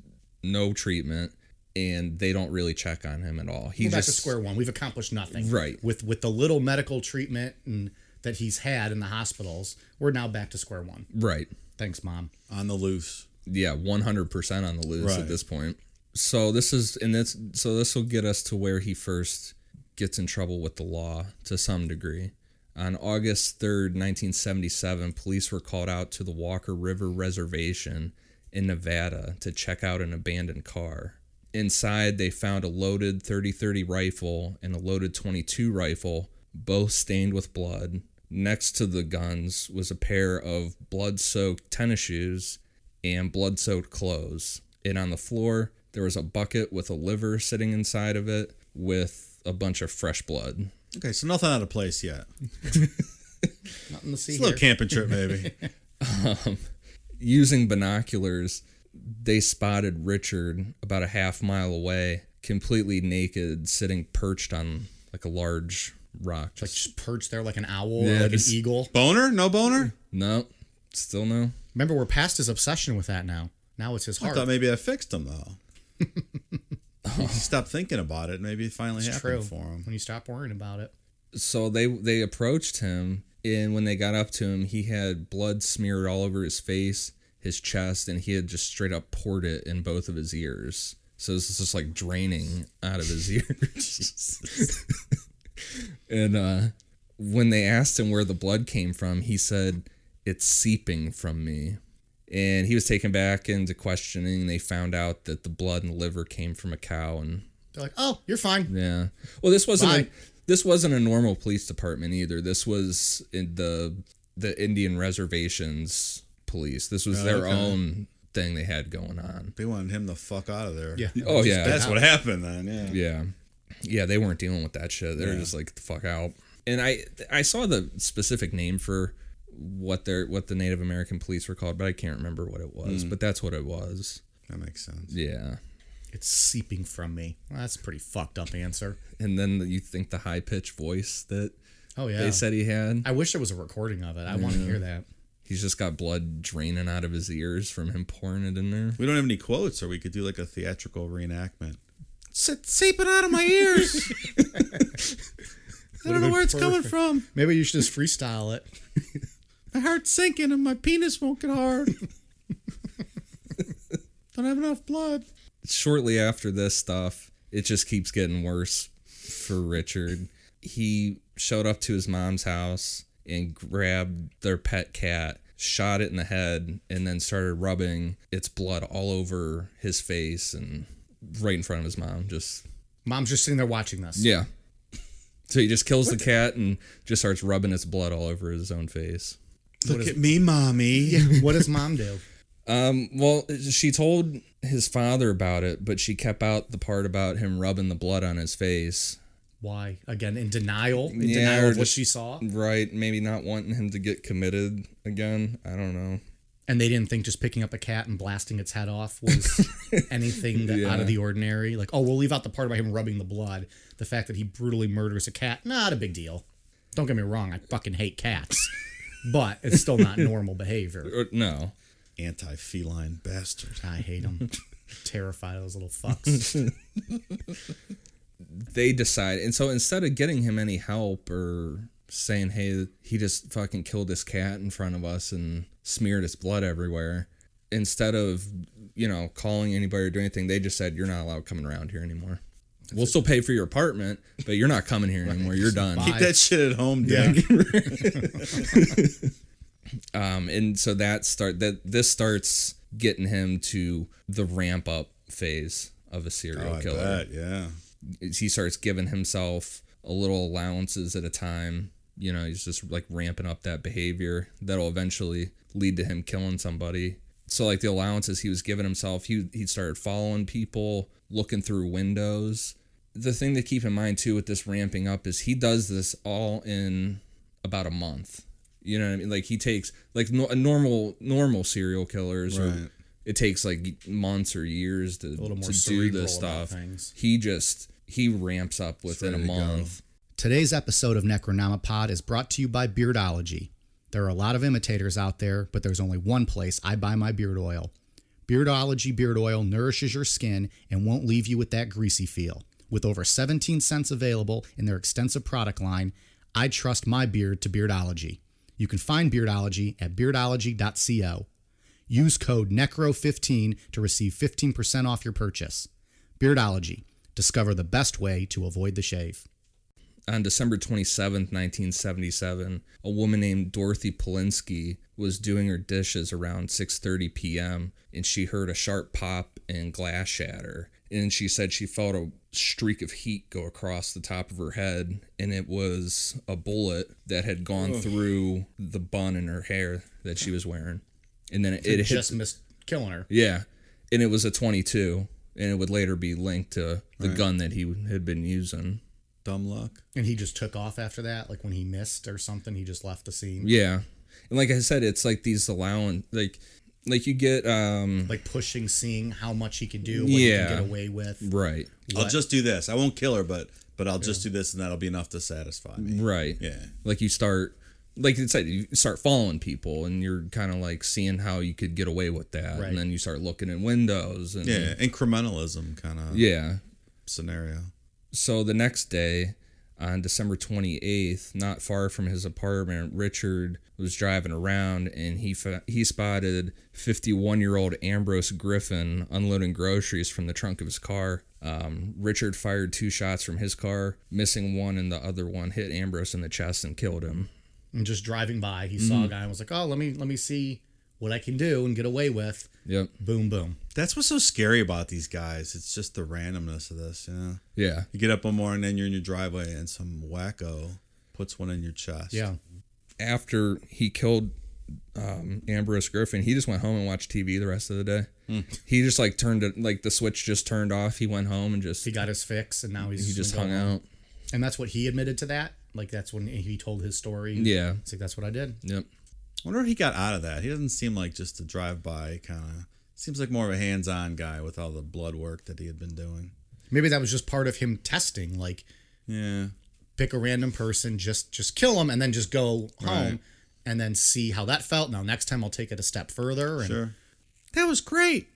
[SPEAKER 3] no treatment, and they don't really check on him at all. He
[SPEAKER 1] Going back
[SPEAKER 3] just
[SPEAKER 1] to square one. We've accomplished nothing.
[SPEAKER 3] Right.
[SPEAKER 1] With with the little medical treatment and that he's had in the hospitals, we're now back to square one.
[SPEAKER 3] Right.
[SPEAKER 1] Thanks, mom.
[SPEAKER 2] On the loose.
[SPEAKER 3] yeah, one hundred percent on the loose
[SPEAKER 2] Right.
[SPEAKER 3] at this point. So this is and this so this will get us to where he first gets in trouble with the law to some degree. On August third, nineteen seventy seven, police were called out to the Walker River Reservation in Nevada to check out an abandoned car. Inside they found a loaded thirty thirty rifle and a loaded twenty two rifle, both stained with blood. Next to the guns was a pair of blood soaked tennis shoes and blood soaked clothes. And on the floor, there was a bucket with a liver sitting inside of it with a bunch of fresh blood.
[SPEAKER 2] Okay, so nothing out of place yet.
[SPEAKER 1] Nothing to see
[SPEAKER 2] It's a little
[SPEAKER 1] here.
[SPEAKER 2] camping
[SPEAKER 1] (laughs)
[SPEAKER 2] trip, maybe.
[SPEAKER 3] Using binoculars, they spotted Richard about a half mile away, completely naked, sitting perched on like a large rock.
[SPEAKER 1] Like
[SPEAKER 3] Just,
[SPEAKER 1] just perched there like an owl
[SPEAKER 3] Yeah,
[SPEAKER 1] or like an
[SPEAKER 3] just-
[SPEAKER 1] eagle.
[SPEAKER 2] boner? No boner?
[SPEAKER 3] no, still no.
[SPEAKER 1] Remember, we're past his obsession with that now. Now it's his
[SPEAKER 2] I
[SPEAKER 1] heart.
[SPEAKER 2] thought maybe I fixed him, though.
[SPEAKER 1] (laughs)
[SPEAKER 2] He stopped thinking about it. Maybe it finally
[SPEAKER 1] it's true.
[SPEAKER 2] happened for him.
[SPEAKER 1] When you stop worrying about it.
[SPEAKER 3] so they they approached him and when they got up to him he had blood smeared all over his face his chest and he had just straight up poured it in both of his ears so this is just like draining out of his (laughs) ears and uh when they asked him where the blood came from he said it's seeping from me and he was taken back into questioning they found out that the blood and liver came from a cow and
[SPEAKER 1] They're like, oh, you're fine.
[SPEAKER 3] yeah. Well, this wasn't a,
[SPEAKER 1] Bye.
[SPEAKER 3] this wasn't a normal police department either. This was in the the Indian reservations police. This was their own thing they had going on.
[SPEAKER 2] They wanted him the fuck out of there.
[SPEAKER 1] Yeah.
[SPEAKER 3] Oh yeah.
[SPEAKER 2] That's what happened then, yeah.
[SPEAKER 3] Yeah. Yeah, they weren't dealing with that shit. They were just like the fuck out. And I I saw the specific name for what their what the Native American police were called, but I can't remember what it was. But that's what it was.
[SPEAKER 2] That makes sense.
[SPEAKER 3] Yeah.
[SPEAKER 1] It's seeping from me. Well, that's a pretty fucked up answer.
[SPEAKER 3] And then you think the high pitched voice that
[SPEAKER 1] Oh yeah.
[SPEAKER 3] they said he had.
[SPEAKER 1] I wish there was a recording of it. I want to hear that.
[SPEAKER 3] He's just got blood draining out of his ears from him pouring it in there.
[SPEAKER 2] We don't have any quotes, or we could do like a theatrical reenactment. Sit seeping out of my ears. I don't know where it's coming from.
[SPEAKER 1] Maybe you should just freestyle it.
[SPEAKER 2] (laughs) My heart's sinking and my penis won't get
[SPEAKER 1] (laughs)
[SPEAKER 2] hard. don't have enough blood.
[SPEAKER 3] (laughs) Shortly after this stuff, it just keeps getting worse for Richard. He showed up to his mom's house and grabbed their pet cat, shot it in the head, and then started rubbing its blood all over his face and right in front of his mom. Just,
[SPEAKER 1] Mom's just sitting there watching this.
[SPEAKER 3] yeah. So he just kills the cat and just starts rubbing its blood all over his own face.
[SPEAKER 2] Look at me, mommy.
[SPEAKER 1] What does mom do?
[SPEAKER 3] Um, well, she told his father about it, but she kept out the part about him rubbing the blood on his face.
[SPEAKER 1] Why? Again, in denial? In
[SPEAKER 3] Yeah,
[SPEAKER 1] denial
[SPEAKER 3] or
[SPEAKER 1] of what
[SPEAKER 3] just-
[SPEAKER 1] she saw?
[SPEAKER 3] Right, maybe not wanting him to get committed again. I don't know.
[SPEAKER 1] And they didn't think just picking up a cat and blasting its head off was anything that, out of the ordinary. Like, oh, we'll leave out the part about him rubbing the blood. The fact that he brutally murders a cat, not a big deal. Don't get me wrong, I fucking hate cats. but it's still not normal behavior.
[SPEAKER 3] Or, no.
[SPEAKER 2] Anti feline
[SPEAKER 1] (laughs)
[SPEAKER 2] bastard.
[SPEAKER 1] I hate them. Terrified of those little fucks.
[SPEAKER 3] They decide. And so instead of getting him any help or saying, hey, he just fucking killed this cat in front of us and smeared his blood everywhere, instead of, you know, calling anybody or doing anything, they just said, you're not allowed coming around here anymore. We'll still pay for your apartment, but you're not coming here anymore. You're done.
[SPEAKER 1] Bye.
[SPEAKER 2] Keep that shit at home, Dick.
[SPEAKER 3] (laughs) Um, and so that start that this starts getting him to the ramp up phase of a serial
[SPEAKER 2] Oh, I
[SPEAKER 3] killer.
[SPEAKER 2] bet, yeah.
[SPEAKER 3] He starts giving himself a little allowances at a time. You know, he's just like ramping up that behavior that'll eventually lead to him killing somebody. So like the allowances he was giving himself, he he started following people, looking through windows. The thing to keep in mind too with this ramping up is he does this all in about a month. You know what I mean? Like he takes like no, a normal normal serial killers. Or
[SPEAKER 2] Right.
[SPEAKER 3] it takes like months or years to,
[SPEAKER 1] little more
[SPEAKER 3] to do
[SPEAKER 1] cerebral
[SPEAKER 3] this
[SPEAKER 1] about
[SPEAKER 3] stuff.
[SPEAKER 1] things.
[SPEAKER 3] He just he ramps up within a
[SPEAKER 2] ready to go.
[SPEAKER 3] month.
[SPEAKER 1] Today's episode of Necronomipod is brought to you by Beardology. There are a lot of imitators out there, but there's only one place I buy my beard oil. Beardology beard oil nourishes your skin and won't leave you with that greasy feel. With over 17 cents available in their extensive product line, I trust my beard to Beardology. You can find Beardology at beardology.co. Use code NECRO15 to receive 15% off your purchase. Beardology. Discover the best way to avoid the shave.
[SPEAKER 3] On December 27th, 1977, a woman named Dorothy Polinsky was doing her dishes around 6:30 p.m. and she heard a sharp pop and glass shatter. And she said she felt a streak of heat go across the top of her head and it was a bullet that had gone through the bun in her hair that she was wearing. And then it, it hit
[SPEAKER 1] just missed killing her.
[SPEAKER 3] Yeah, and it was a 22, and it would later be linked to the gun that he had been using.
[SPEAKER 2] Dumb luck.
[SPEAKER 1] And he just took off after that. Like when he missed or something, he just left the scene.
[SPEAKER 3] Yeah, and like I said, it's like these allowance, like like you get um
[SPEAKER 1] Like pushing, seeing how much he can do, what he
[SPEAKER 3] Yeah.
[SPEAKER 1] can get away with.
[SPEAKER 3] right,
[SPEAKER 2] I'll just do this. I won't kill her, but but I'll just do this, and that'll be enough to satisfy me.
[SPEAKER 3] right.
[SPEAKER 2] Yeah.
[SPEAKER 3] like you start. Like you said, you start following people, and you're kind of like seeing how you could get away with that,
[SPEAKER 1] Right.
[SPEAKER 3] and then you start looking in windows, and
[SPEAKER 2] Yeah, incrementalism kind of
[SPEAKER 3] yeah,
[SPEAKER 2] scenario.
[SPEAKER 3] So the next day, on December 28th, not far from his apartment, Richard was driving around and he fa- he spotted 51-year-old Ambrose Griffin unloading groceries from the trunk of his car. Um, Richard fired two shots from his car, missing one, and the other one hit Ambrose in the chest and killed him.
[SPEAKER 1] And just driving by, he
[SPEAKER 3] mm-hmm.
[SPEAKER 1] saw a guy and was like, "Oh, let me let me see what I can do and get away with."
[SPEAKER 3] Yep.
[SPEAKER 1] Boom, boom.
[SPEAKER 2] That's what's so scary about these guys. It's just the randomness of this, you know.
[SPEAKER 3] Yeah.
[SPEAKER 2] You get up one morning and you're in your driveway and some wacko puts one in your chest.
[SPEAKER 1] Yeah.
[SPEAKER 3] After he killed um, Ambrose Griffin, he just went home and watched TV the rest of the day. He just like turned it like the switch just turned off. He went home and just
[SPEAKER 1] He got his fix, and now he's
[SPEAKER 3] he just
[SPEAKER 1] gonna
[SPEAKER 3] hung
[SPEAKER 1] go
[SPEAKER 3] out.
[SPEAKER 1] And that's what he admitted to that. Like that's when he told his story.
[SPEAKER 3] Yeah.
[SPEAKER 1] It's like that's what I did.
[SPEAKER 3] Yep.
[SPEAKER 2] I wonder if he got out of that. He doesn't seem like just a drive by kind of seems like more of a hands on guy with all the blood work that he had been doing.
[SPEAKER 1] Maybe that was just part of him testing. Like
[SPEAKER 2] Yeah.
[SPEAKER 1] pick a random person, just just kill them, and then just go home, and then see how that felt. Now next time I'll take it a step further. And
[SPEAKER 2] Sure. That was great.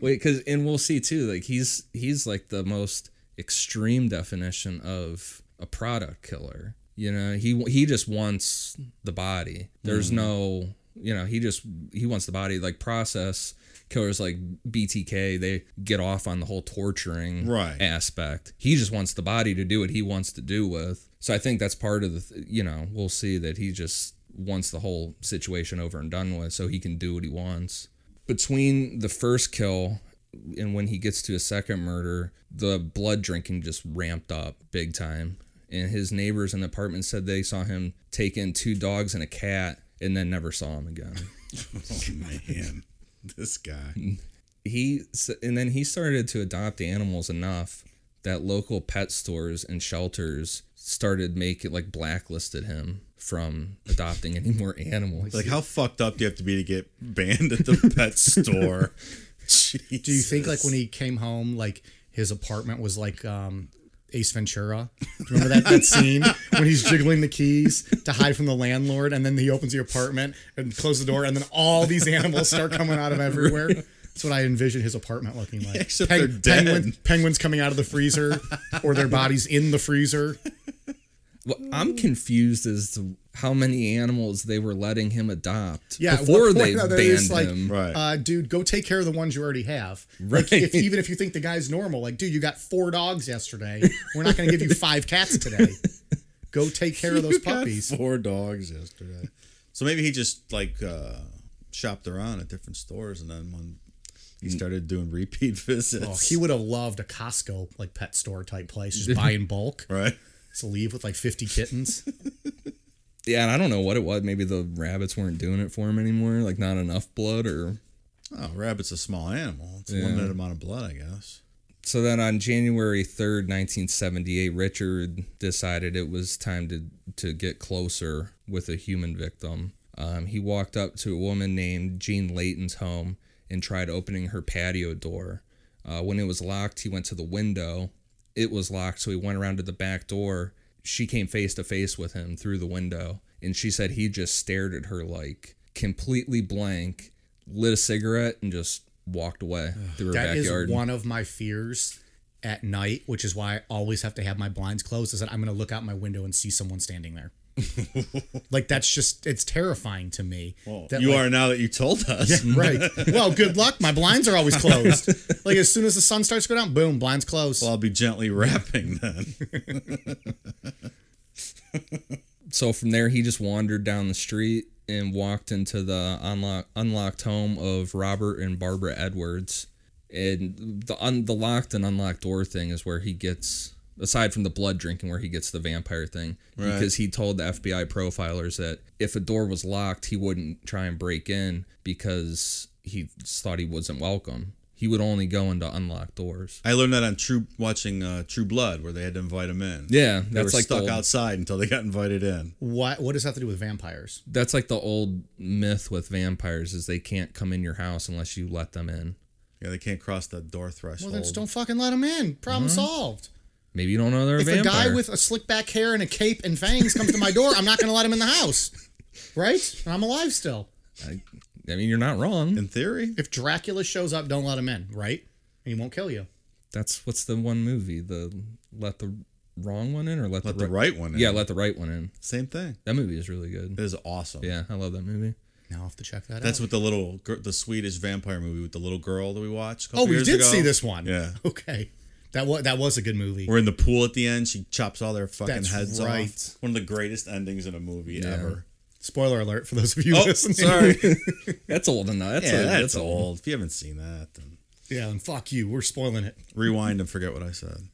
[SPEAKER 3] Wait, because and we'll see too. Like he's he's like the most extreme definition of a product killer. You know, he he just wants the body. There's no, you know, he just he wants the body. Like process killers like BTK, they get off on the whole torturing
[SPEAKER 2] Right.
[SPEAKER 3] aspect. He just wants the body to do what he wants to do with. So I think that's part of the, th- you know, we'll see that he just wants the whole situation over and done with so he can do what he wants. Between the first kill and when he gets to his second murder, the blood drinking just ramped up big time. And his neighbors in the apartment said they saw him take in two dogs and a cat and then never saw him again.
[SPEAKER 2] Oh, man. (laughs)
[SPEAKER 1] (laughs)
[SPEAKER 2] This guy.
[SPEAKER 3] he s- and then he started to adopt animals enough that local pet stores and shelters started making like blacklisted him from adopting any more (laughs) animals.
[SPEAKER 2] Like, how fucked up do you have to be to get banned at the pet store?
[SPEAKER 1] (laughs) Do you think like when he came home, like his apartment was like um, Ace Ventura? Do you remember that,
[SPEAKER 2] (laughs)
[SPEAKER 1] that scene when he's jiggling the keys to hide from the landlord, and then he opens the apartment and closes the door, and then all these animals start coming out of everywhere. That's what I envision his apartment looking like.
[SPEAKER 2] (laughs) except they're dead.
[SPEAKER 1] penguin- penguins coming out of the freezer, or their bodies in the freezer.
[SPEAKER 3] Well,
[SPEAKER 1] Hmm.
[SPEAKER 3] I'm confused as to how many animals they were letting him adopt
[SPEAKER 1] Yeah, at
[SPEAKER 3] before
[SPEAKER 1] what
[SPEAKER 3] they
[SPEAKER 1] point
[SPEAKER 3] banned
[SPEAKER 1] are they just like-
[SPEAKER 3] him.
[SPEAKER 2] Right.
[SPEAKER 1] Uh, dude, go take care of the ones you already have. Like,
[SPEAKER 3] Right.
[SPEAKER 1] if, even if you think the guy's normal, like, dude, you got four dogs yesterday. We're not going to give you five cats today. Go take
[SPEAKER 3] (laughs)
[SPEAKER 1] care of those puppies.
[SPEAKER 2] Four dogs yesterday. So maybe he just like uh, shopped around at different stores, and then when he started doing repeat (laughs) visits,
[SPEAKER 1] Oh, he would have loved a Costco like pet store type place,
[SPEAKER 3] (laughs)
[SPEAKER 1] just buy in bulk.
[SPEAKER 2] right.
[SPEAKER 1] So leave with like fifty kittens.
[SPEAKER 3] Yeah, and I don't know what it was. Maybe the rabbits weren't doing it for him anymore. Like not enough blood, or
[SPEAKER 2] Oh, rabbit's a small animal. It's a limited amount of blood, I guess.
[SPEAKER 3] so. Then on January third, nineteen seventy eight, Richard decided it was time to to get closer with a human victim. Um, he walked up to a woman named Jean Layton's home and tried opening her patio door. Uh, when it was locked, he went to the window. It was locked, so he went around to the back door. She came face to face with him through the window, and she said he just stared at her like completely blank, lit a cigarette, and just walked away through her
[SPEAKER 1] That is
[SPEAKER 3] backyard.
[SPEAKER 1] one of my fears at night, which is why I always have to have my blinds closed. Is that I'm going to look out my window and see someone standing
[SPEAKER 3] (laughs)
[SPEAKER 1] there. like that's just it's terrifying to me. that,
[SPEAKER 2] you
[SPEAKER 1] like,
[SPEAKER 2] are now that you told (laughs) us.
[SPEAKER 1] (laughs) Right. Well, good luck. My blinds are always closed. Like as soon as the sun starts to go down, boom, blinds closed.
[SPEAKER 2] I'll be gently rapping then.
[SPEAKER 3] so from there, he just wandered down the street and walked into the unlock, unlocked home of Robert and Barbara Edwards. And the un, the locked and unlocked door thing is where he gets, aside from the blood drinking, where he gets the vampire thing. Because he told the FBI profilers that if a door was locked, he wouldn't try and break in because he just thought he wasn't welcome. He would only go into unlocked doors.
[SPEAKER 2] I learned that on True watching uh, True Blood, where they had to invite him in.
[SPEAKER 3] Yeah,
[SPEAKER 2] they
[SPEAKER 3] that's
[SPEAKER 2] were
[SPEAKER 3] like the
[SPEAKER 2] stuck
[SPEAKER 3] old-
[SPEAKER 2] outside until they got invited in.
[SPEAKER 1] What what does that have to do with vampires?
[SPEAKER 3] That's like the old myth with vampires is they can't come in your house unless you let them in.
[SPEAKER 2] Yeah, they can't cross the door
[SPEAKER 1] Well,
[SPEAKER 2] threshold.
[SPEAKER 1] then just don't fucking let them in. Problem
[SPEAKER 2] Mm-hmm.
[SPEAKER 1] solved.
[SPEAKER 3] Maybe you don't know they're a
[SPEAKER 1] If
[SPEAKER 3] vampire.
[SPEAKER 1] a guy with a slick back hair and a cape and fangs comes to my door, I'm not going to let him in the house. Right? And I'm alive still.
[SPEAKER 3] I mean, you're not wrong.
[SPEAKER 2] in theory,
[SPEAKER 1] If Dracula shows up, don't let him in, right? And he won't kill you.
[SPEAKER 3] That's what's the one movie the let the wrong one in or let,
[SPEAKER 2] let
[SPEAKER 3] the,
[SPEAKER 2] the right one in.
[SPEAKER 3] yeah let the right one in.
[SPEAKER 2] same thing.
[SPEAKER 3] That movie is really good.
[SPEAKER 2] It is awesome.
[SPEAKER 3] Yeah, I love that movie.
[SPEAKER 1] Now I'll have to check that
[SPEAKER 2] That's
[SPEAKER 1] out.
[SPEAKER 2] with the little, gir- the Swedish vampire movie with the little girl that we watched. a couple
[SPEAKER 1] Oh, we
[SPEAKER 2] years
[SPEAKER 1] did
[SPEAKER 2] ago.
[SPEAKER 1] see this one.
[SPEAKER 2] Yeah.
[SPEAKER 1] (laughs) Okay. That was that was a good movie.
[SPEAKER 2] We're in the pool at the end. She chops all their fucking
[SPEAKER 1] That's
[SPEAKER 2] heads
[SPEAKER 1] right.
[SPEAKER 2] off. One of the greatest endings in a movie
[SPEAKER 1] (laughs)
[SPEAKER 2] ever.
[SPEAKER 1] Spoiler alert for those of you
[SPEAKER 2] Oh,
[SPEAKER 1] listening.
[SPEAKER 2] sorry. yeah,
[SPEAKER 3] That's old enough. That's, a-
[SPEAKER 2] that's,
[SPEAKER 3] that's old.
[SPEAKER 2] old. If you haven't seen that, then
[SPEAKER 1] Yeah, and fuck you. We're spoiling it.
[SPEAKER 2] rewind and forget what I said.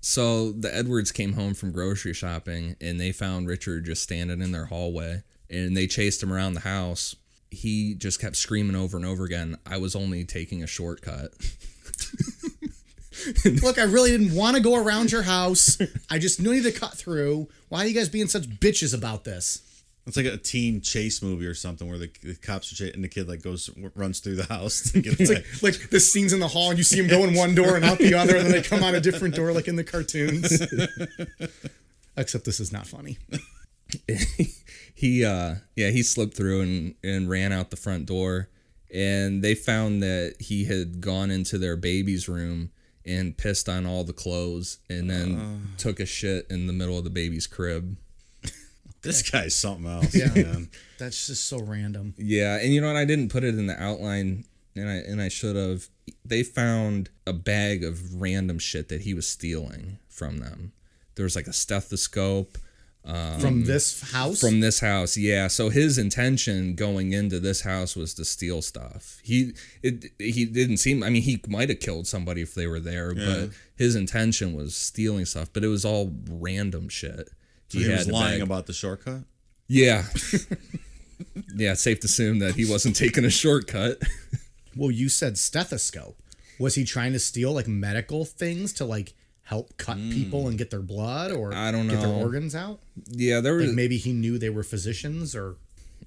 [SPEAKER 3] So the Edwards came home from grocery shopping and they found Richard just standing in their hallway and they chased him around the house. He just kept screaming over and over again, I was only taking a shortcut.
[SPEAKER 1] Look, I really didn't want to go around your house. I just knew I needed to cut through. Why are you guys being such bitches about this?
[SPEAKER 2] It's like a teen chase movie or something where the, the cops are chasing and the kid like goes runs through the house.
[SPEAKER 1] (laughs)
[SPEAKER 2] To get away.
[SPEAKER 1] Like the scenes in the hall, and you see them go in one door and out the other, and then they come out a different door, like in the cartoons. Except this is not funny.
[SPEAKER 3] he uh yeah he slipped through and and ran out the front door and they found that he had gone into their baby's room and pissed on all the clothes and then took a shit in the middle of the baby's crib
[SPEAKER 2] this guy's something else.
[SPEAKER 1] Yeah.
[SPEAKER 2] man.
[SPEAKER 1] That's just so random.
[SPEAKER 3] yeah and you know what i didn't put it in the outline and i and i should have they found a bag of random shit that he was stealing from them there was like a stethoscope
[SPEAKER 1] from this Um, house.
[SPEAKER 3] from this house yeah so his intention going into this house was to steal stuff he it he didn't seem i mean he might have killed somebody if they were there
[SPEAKER 2] Yeah.
[SPEAKER 3] but his intention was stealing stuff but it was all random shit
[SPEAKER 2] So he was
[SPEAKER 3] in a
[SPEAKER 2] lying
[SPEAKER 3] bag.
[SPEAKER 2] about the shortcut. (laughs)
[SPEAKER 3] yeah yeah it's safe to assume that he wasn't taking a shortcut
[SPEAKER 1] well, you said stethoscope. Was he trying to steal like medical things to like help cut people and get their blood or
[SPEAKER 3] I don't
[SPEAKER 1] get their
[SPEAKER 3] know.
[SPEAKER 1] organs out?
[SPEAKER 3] yeah there was
[SPEAKER 1] Like maybe he knew they were physicians or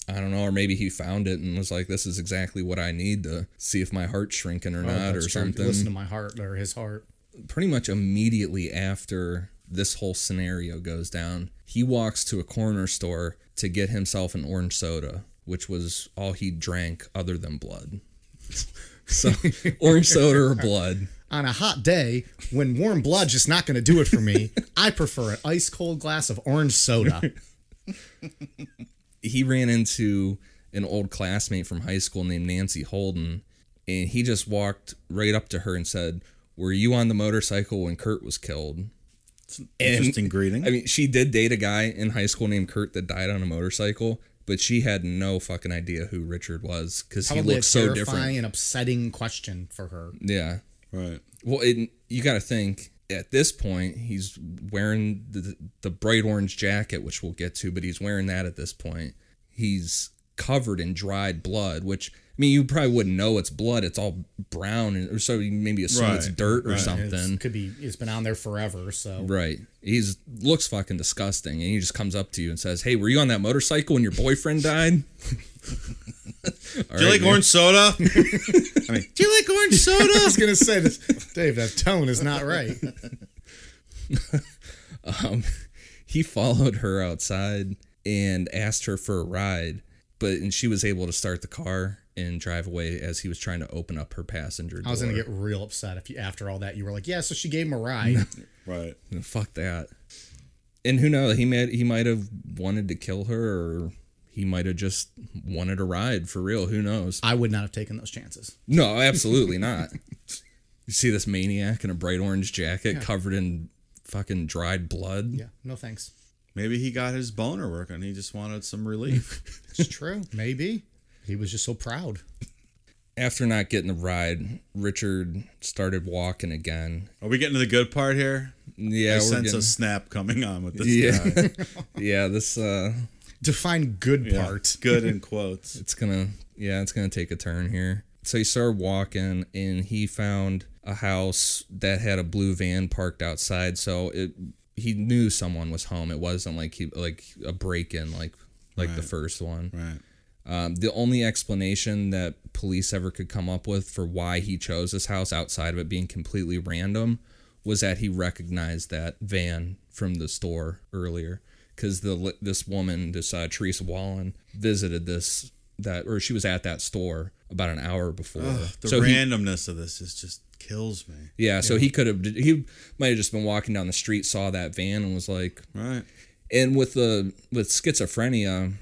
[SPEAKER 3] i don't know or maybe he found it and was like this is exactly what i need to see if my heart's shrinking
[SPEAKER 2] Oh,
[SPEAKER 3] or not or
[SPEAKER 1] That's true.
[SPEAKER 3] something
[SPEAKER 1] Listen to my heart or his heart.
[SPEAKER 3] pretty much immediately after this whole scenario goes down, he walks to a corner store to get himself an orange soda, which was all he drank other than blood. (laughs) So, orange soda or blood.
[SPEAKER 1] On a hot day, when warm blood's just not going to do it for me, I prefer an ice cold glass of orange soda.
[SPEAKER 3] He ran into an old classmate from high school named Nancy Holden, and he just walked right up to her and said, Were you on the motorcycle when Kurt was killed?
[SPEAKER 2] Interesting greeting.
[SPEAKER 3] I mean, she did date a guy in high school named Kurt that died on a motorcycle, but she had no fucking idea who Richard was because he
[SPEAKER 1] Probably a
[SPEAKER 3] looked so
[SPEAKER 1] terrifying
[SPEAKER 3] different.
[SPEAKER 1] and upsetting question for her.
[SPEAKER 3] Yeah.
[SPEAKER 2] right.
[SPEAKER 3] Well, it, you got to think at this point he's wearing the the bright orange jacket, which we'll get to, but he's wearing that at this point. He's covered in dried blood, which I mean, you probably wouldn't know it's blood. It's all brown, and, or so you maybe assume it's
[SPEAKER 2] Right,
[SPEAKER 3] dirt or
[SPEAKER 2] right.
[SPEAKER 1] It's-
[SPEAKER 3] something.
[SPEAKER 1] could be it's been on there forever, so
[SPEAKER 3] Right. He's looks fucking disgusting and he just comes up to you and says, "Hey, were you on that motorcycle when your boyfriend died?" (laughs)
[SPEAKER 2] Do you like orange soda?
[SPEAKER 1] Do you like orange soda? (laughs) I was gonna say this, Dave. That tone is not right.
[SPEAKER 3] He followed her outside and asked her for a ride, but and she was able to start the car and drive away as he was trying to open up her passenger door.
[SPEAKER 1] I was gonna get real upset if you after all that you were like, yeah. So she gave him a ride.
[SPEAKER 2] right.
[SPEAKER 3] Fuck that. And who knows? He might he might have wanted to kill her, or he might have just wanted a ride for real. Who knows?
[SPEAKER 1] I would not have taken those chances.
[SPEAKER 3] No,
[SPEAKER 2] (laughs)
[SPEAKER 3] absolutely not. You see this maniac in a bright orange jacket covered in fucking dried blood?
[SPEAKER 1] Yeah, no thanks.
[SPEAKER 2] Maybe he got his boner working. He just wanted some relief. (laughs)
[SPEAKER 1] It's true. (laughs) Maybe he was just so proud.
[SPEAKER 3] After not getting the ride, Richard started walking again.
[SPEAKER 2] Are we getting to the good part here?
[SPEAKER 3] Yeah,
[SPEAKER 2] I
[SPEAKER 3] we're
[SPEAKER 2] sense
[SPEAKER 3] getting-
[SPEAKER 2] a snap coming on with this guy. (laughs)
[SPEAKER 3] (laughs) yeah, (laughs) yeah. This uh,
[SPEAKER 1] Define good
[SPEAKER 2] Yeah.
[SPEAKER 1] part.
[SPEAKER 2] Good in quotes.
[SPEAKER 3] it's gonna yeah, it's gonna take a turn here. So he started walking, and he found a house that had a blue van parked outside. So it he knew someone was home. It wasn't like he like a break in like like the first one.
[SPEAKER 2] Right.
[SPEAKER 3] Um, the only explanation that police ever could come up with for why he chose this house outside of it being completely random was that he recognized that van from the store earlier because the li- this woman this uh, Teresa Wallen visited this that or she was at that store about an hour before
[SPEAKER 2] The
[SPEAKER 3] so he,
[SPEAKER 2] randomness of this is just kills me.
[SPEAKER 3] yeah so he could have he might have just been walking down the street saw that van and was like
[SPEAKER 2] Right.
[SPEAKER 3] and with the with schizophrenia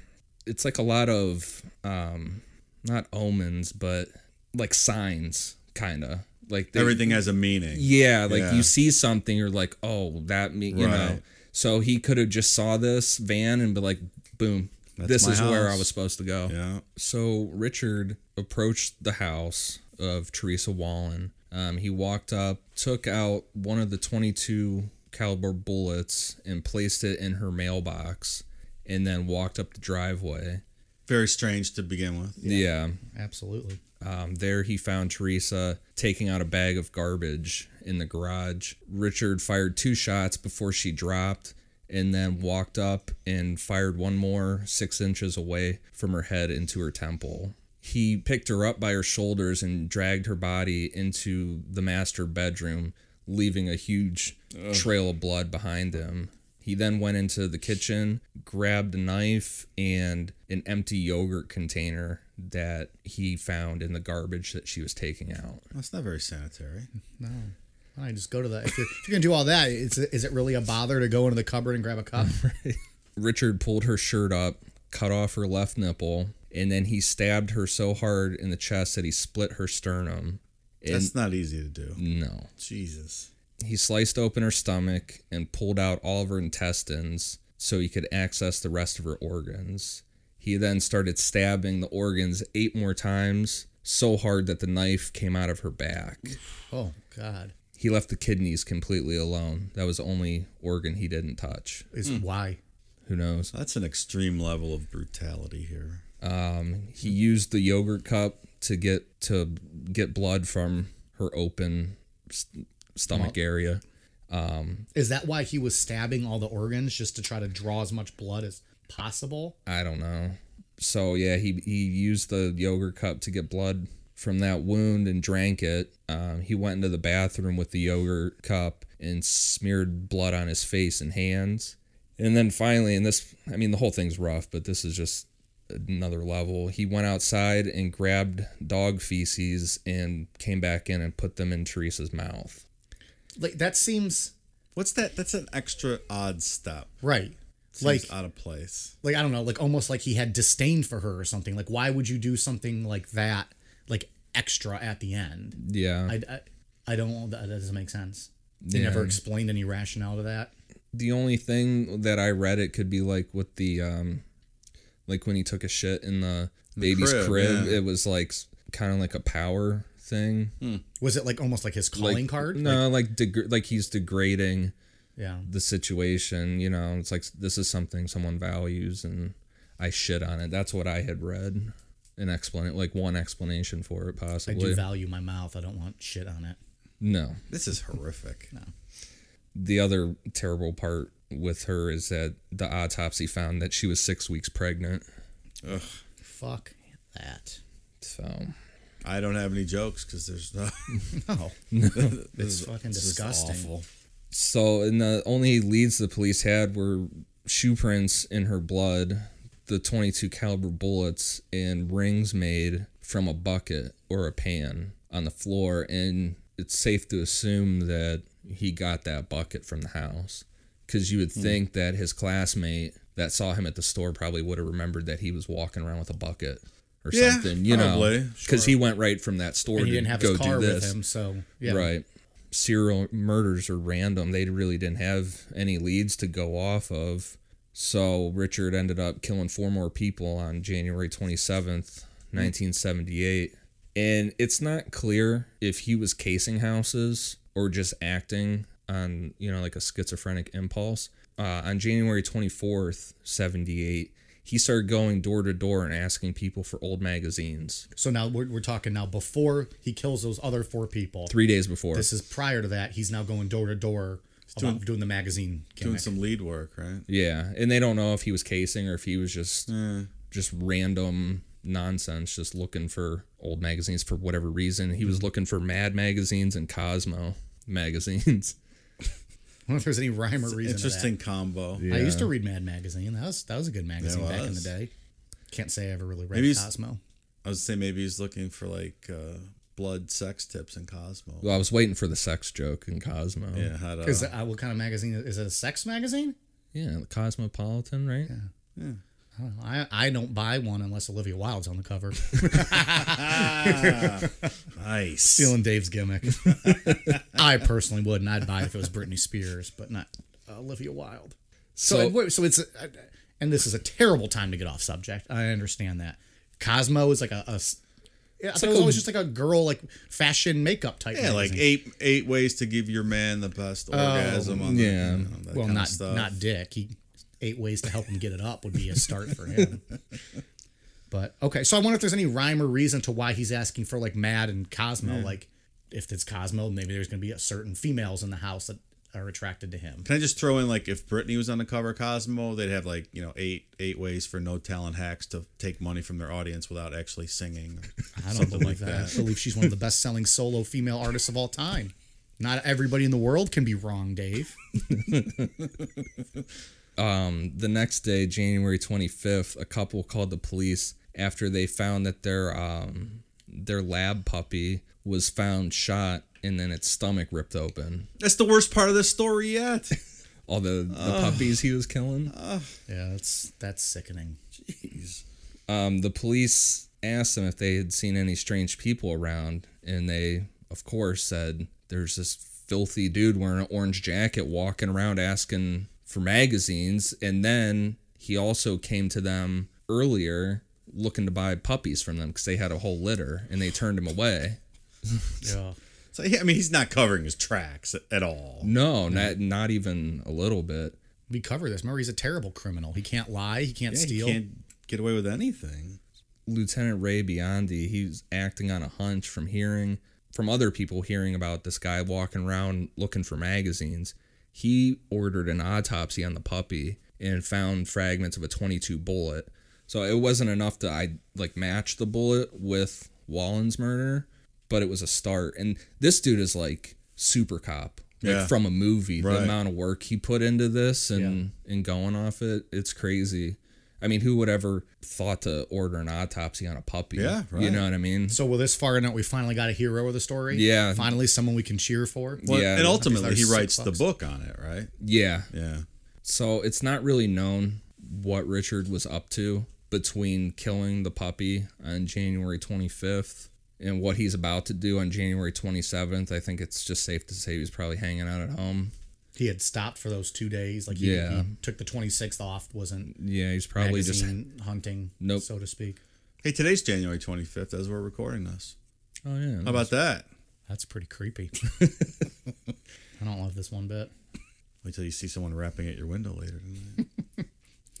[SPEAKER 3] it's like a lot of um not omens but like signs kind of like they-
[SPEAKER 2] Everything has a meaning.
[SPEAKER 3] yeah like
[SPEAKER 2] Yeah.
[SPEAKER 3] you see something you're like oh that me you know
[SPEAKER 2] Right.
[SPEAKER 3] so he could have just saw this van and be like boom
[SPEAKER 2] That's
[SPEAKER 3] this
[SPEAKER 2] my
[SPEAKER 3] is where i
[SPEAKER 2] house.
[SPEAKER 3] was supposed to go
[SPEAKER 2] Yeah.
[SPEAKER 3] so Richard approached the house of Teresa Wallen. Um, he walked up, took out one of the 22 caliber bullets and placed it in her mailbox, and then walked up the driveway.
[SPEAKER 2] Very strange to begin with.
[SPEAKER 3] Yeah.
[SPEAKER 1] Absolutely.
[SPEAKER 3] Um, there he found Teresa taking out a bag of garbage in the garage. Richard fired two shots before she dropped and then walked up and fired one more six inches away from her head into her temple. He picked her up by her shoulders and dragged her body into the master bedroom, leaving a huge trail of blood behind him. He then went into the kitchen, grabbed a knife and an empty yogurt container that he found in the garbage that she was taking out.
[SPEAKER 2] That's not very sanitary.
[SPEAKER 1] Why don't I just go to the. If you're, if you're gonna do all that, is it, is it really a bother to go into the cupboard and grab a cup?
[SPEAKER 3] Mm. Richard pulled her shirt up, cut off her left nipple, and then he stabbed her so hard in the chest that he split her sternum.
[SPEAKER 2] That's not easy to do.
[SPEAKER 3] No.
[SPEAKER 2] Jesus.
[SPEAKER 3] He sliced open her stomach and pulled out all of her intestines so he could access the rest of her organs. He then started stabbing the organs eight more times, so hard that the knife came out of her back.
[SPEAKER 1] (laughs) Oh God.
[SPEAKER 3] He left the kidneys completely alone. That was the only organ he didn't touch.
[SPEAKER 1] Is why.
[SPEAKER 3] Who knows?
[SPEAKER 2] That's an extreme level of brutality here.
[SPEAKER 3] He used the yogurt cup to get to get blood from her open st- stomach area.
[SPEAKER 1] Is that why he was stabbing all the organs just to try to draw as much blood as possible?
[SPEAKER 3] I don't know. So yeah, he he used the yogurt cup to get blood from that wound and drank it. Um, he went into the bathroom with the yogurt cup and smeared blood on his face and hands. And then finally, and this, I mean, the whole thing's rough, but this is just another level. He went outside and grabbed dog feces and came back in and put them in Teresa's mouth.
[SPEAKER 1] Like that seems
[SPEAKER 2] What's that? That's an extra odd step.
[SPEAKER 1] right.
[SPEAKER 2] Seems
[SPEAKER 1] Like-
[SPEAKER 2] out of place.
[SPEAKER 1] Like I don't know, like almost like he had disdain for her or something. Like why would you do something like that, like extra at the end?
[SPEAKER 3] Yeah.
[SPEAKER 1] I, I, I don't. That doesn't make sense. They never explained any rationale to that.
[SPEAKER 3] the only thing that I read it could be like with the um like when he took a shit in the baby's
[SPEAKER 2] crib,
[SPEAKER 3] crib,
[SPEAKER 2] yeah.
[SPEAKER 3] it was like kind of like a power thing.
[SPEAKER 1] Was it like almost like his calling
[SPEAKER 3] Like
[SPEAKER 1] card?
[SPEAKER 3] No, like deg- like he's degrading
[SPEAKER 1] Yeah.
[SPEAKER 3] the situation, you know. It's like this is something someone values and I shit on it. That's what I had read. An explanation, like one explanation for it
[SPEAKER 1] I
[SPEAKER 3] possibly.
[SPEAKER 1] do value my mouth. I don't want shit on it.
[SPEAKER 3] no.
[SPEAKER 2] This is horrific.
[SPEAKER 3] the other terrible part with her is that the autopsy found that she was six weeks pregnant.
[SPEAKER 1] Fuck that.
[SPEAKER 3] So
[SPEAKER 2] I don't have any jokes because there's no. (laughs)
[SPEAKER 1] No.
[SPEAKER 2] This
[SPEAKER 1] It's fucking
[SPEAKER 2] this is
[SPEAKER 1] disgusting.
[SPEAKER 2] awful.
[SPEAKER 3] so and the only leads the police had were shoe prints in her blood, the 22 caliber bullets and rings made from a bucket or a pan on the floor and it's safe to assume that he got that bucket from the house cuz you would
[SPEAKER 1] Hmm.
[SPEAKER 3] think that his classmate that saw him at the store probably would have remembered that he was walking around with a bucket or
[SPEAKER 2] Yeah,
[SPEAKER 3] something, you know,
[SPEAKER 2] probably,
[SPEAKER 3] cuz he went right from that store
[SPEAKER 1] And he
[SPEAKER 3] to
[SPEAKER 1] didn't have
[SPEAKER 3] go
[SPEAKER 1] his car
[SPEAKER 3] do this.
[SPEAKER 1] with him, so yeah.
[SPEAKER 3] Right. Serial murders are random. They really didn't have any leads to go off of. So Richard ended up killing four more people on January 27th, 1978. And it's not clear if he was casing houses or just acting on, you know, like a schizophrenic impulse. Uh, on January 24th, 78, he started going door to door and asking people for old magazines
[SPEAKER 1] So now we're, we're talking now before he kills those other four people.
[SPEAKER 3] three days before.
[SPEAKER 1] This is prior to that. He's now going door to door about doing, the magazine
[SPEAKER 2] Doing
[SPEAKER 1] gimmick.
[SPEAKER 2] some lead work, right?
[SPEAKER 3] Yeah, and they don't know if he was casing or if he was just just random nonsense, just looking for old magazines for whatever reason. He was looking for Mad magazines and Cosmo magazines.
[SPEAKER 1] (laughs)
[SPEAKER 3] (laughs)
[SPEAKER 1] I wonder if there's any rhyme or reason.
[SPEAKER 2] Interesting
[SPEAKER 1] Interesting.
[SPEAKER 2] combo.
[SPEAKER 1] I used to read Mad Magazine. That was that was a good magazine
[SPEAKER 2] It
[SPEAKER 1] back in the
[SPEAKER 2] was.
[SPEAKER 1] day. Can't say I ever really read
[SPEAKER 2] Maybe uh, he's-
[SPEAKER 1] Cosmo.
[SPEAKER 2] I was saying maybe he's looking for like uh, blood sex tips in Cosmo.
[SPEAKER 3] Well, I was waiting for the sex joke in Cosmo.
[SPEAKER 2] yeah, how
[SPEAKER 1] Is
[SPEAKER 2] to.
[SPEAKER 1] that, uh, what kind of magazine is it? A sex magazine?
[SPEAKER 3] yeah, Cosmopolitan, right?
[SPEAKER 1] I don't know. I, I don't buy one unless Olivia Wilde's on the cover.
[SPEAKER 2] Nice.
[SPEAKER 1] Stealing Dave's gimmick. (laughs) I personally wouldn't. I'd buy it if it was Britney Spears, but not Olivia Wilde. So,
[SPEAKER 3] So-
[SPEAKER 1] so, wait, so it's, uh, and this is a terrible time to get off subject. I understand that. Cosmo is like a, a s- yeah, I thought it was
[SPEAKER 3] like a-
[SPEAKER 1] always just like a girl, like fashion makeup type.
[SPEAKER 2] Yeah, like
[SPEAKER 1] magazine.
[SPEAKER 2] eight eight ways to give your man the best orgasm on the,
[SPEAKER 3] yeah.
[SPEAKER 2] you know, that
[SPEAKER 1] well,
[SPEAKER 2] kind
[SPEAKER 1] not
[SPEAKER 2] of stuff.
[SPEAKER 1] not Dick. He eight ways to help him get it up would be a start for
[SPEAKER 2] (laughs)
[SPEAKER 1] him. But okay, so I wonder if there's any rhyme or reason to why he's asking for like Mad and Cosmo. Like, if it's Cosmo, maybe there's going to be a certain females in the house that are attracted to him.
[SPEAKER 2] Can I just throw in like if Britney was on the cover of Cosmo, they'd have like you know eight eight ways for no talent hacks to take money from their audience without actually singing.
[SPEAKER 1] I don't believe that. I believe she's one of the best selling solo female artists of all time. Not everybody in the world can be wrong, Dave.
[SPEAKER 3] The next day, January 25th, a couple called the police after they found that their um their lab puppy was found shot and then its stomach ripped open.
[SPEAKER 2] That's the worst part of this story yet.
[SPEAKER 3] All the, the puppies he was killing.
[SPEAKER 1] Yeah, that's that's sickening.
[SPEAKER 3] um, the police asked them if they had seen any strange people around, and they, of course, said there's this filthy dude wearing an orange jacket walking around asking for magazines. And then he also came to them earlier looking to buy puppies from them because they had a whole litter and they turned him away.
[SPEAKER 6] Yeah.
[SPEAKER 2] So yeah, I mean, he's not covering his tracks at all.
[SPEAKER 3] No, not not even a little bit.
[SPEAKER 1] We cover this. Remember, he's a terrible criminal. He can't lie. He can't
[SPEAKER 2] Yeah, he
[SPEAKER 1] steal.
[SPEAKER 2] can't get away with anything.
[SPEAKER 3] Lieutenant Ray Biondi, he's acting on a hunch from hearing from other people hearing about this guy walking around looking for magazines. He ordered an autopsy on the puppy and found fragments of a 22 bullet. So it wasn't enough to I like match the bullet with Wallen's murder, but it was a start. And this dude is like super cop. Like
[SPEAKER 2] Yeah.
[SPEAKER 3] from a movie,
[SPEAKER 2] Right.
[SPEAKER 3] the amount of work he put into this and and going off it, it's crazy. I mean, who would ever thought to order an autopsy on a puppy?
[SPEAKER 2] Yeah,
[SPEAKER 3] You
[SPEAKER 2] right.
[SPEAKER 3] know what I mean?
[SPEAKER 1] So, well, this far enough, we finally got a hero of the story.
[SPEAKER 3] Yeah.
[SPEAKER 1] Finally, someone we can cheer for.
[SPEAKER 2] Well,
[SPEAKER 3] Yeah,
[SPEAKER 2] and ultimately,
[SPEAKER 1] these
[SPEAKER 2] he
[SPEAKER 1] are sick
[SPEAKER 2] writes the
[SPEAKER 1] fucks.
[SPEAKER 2] book on it, right?
[SPEAKER 3] Yeah.
[SPEAKER 2] Yeah.
[SPEAKER 3] So it's not really known what Richard was up to between killing the puppy on January 25th and what he's about to do on January 27th. I think it's just safe to say he was probably hanging out at home.
[SPEAKER 1] He had stopped for those two days. Like, he,
[SPEAKER 3] Yeah.
[SPEAKER 1] he took the 26th off, wasn't
[SPEAKER 3] Yeah, he's probably
[SPEAKER 1] probably
[SPEAKER 3] just.
[SPEAKER 1] magazine hunting,
[SPEAKER 3] Nope.
[SPEAKER 1] so to speak.
[SPEAKER 2] Hey, today's January 25th as we're recording this.
[SPEAKER 3] Oh, yeah.
[SPEAKER 2] How about that?
[SPEAKER 1] That's pretty
[SPEAKER 3] (laughs)
[SPEAKER 1] creepy. I don't love this one bit.
[SPEAKER 2] Wait till you see someone rapping at your window later tonight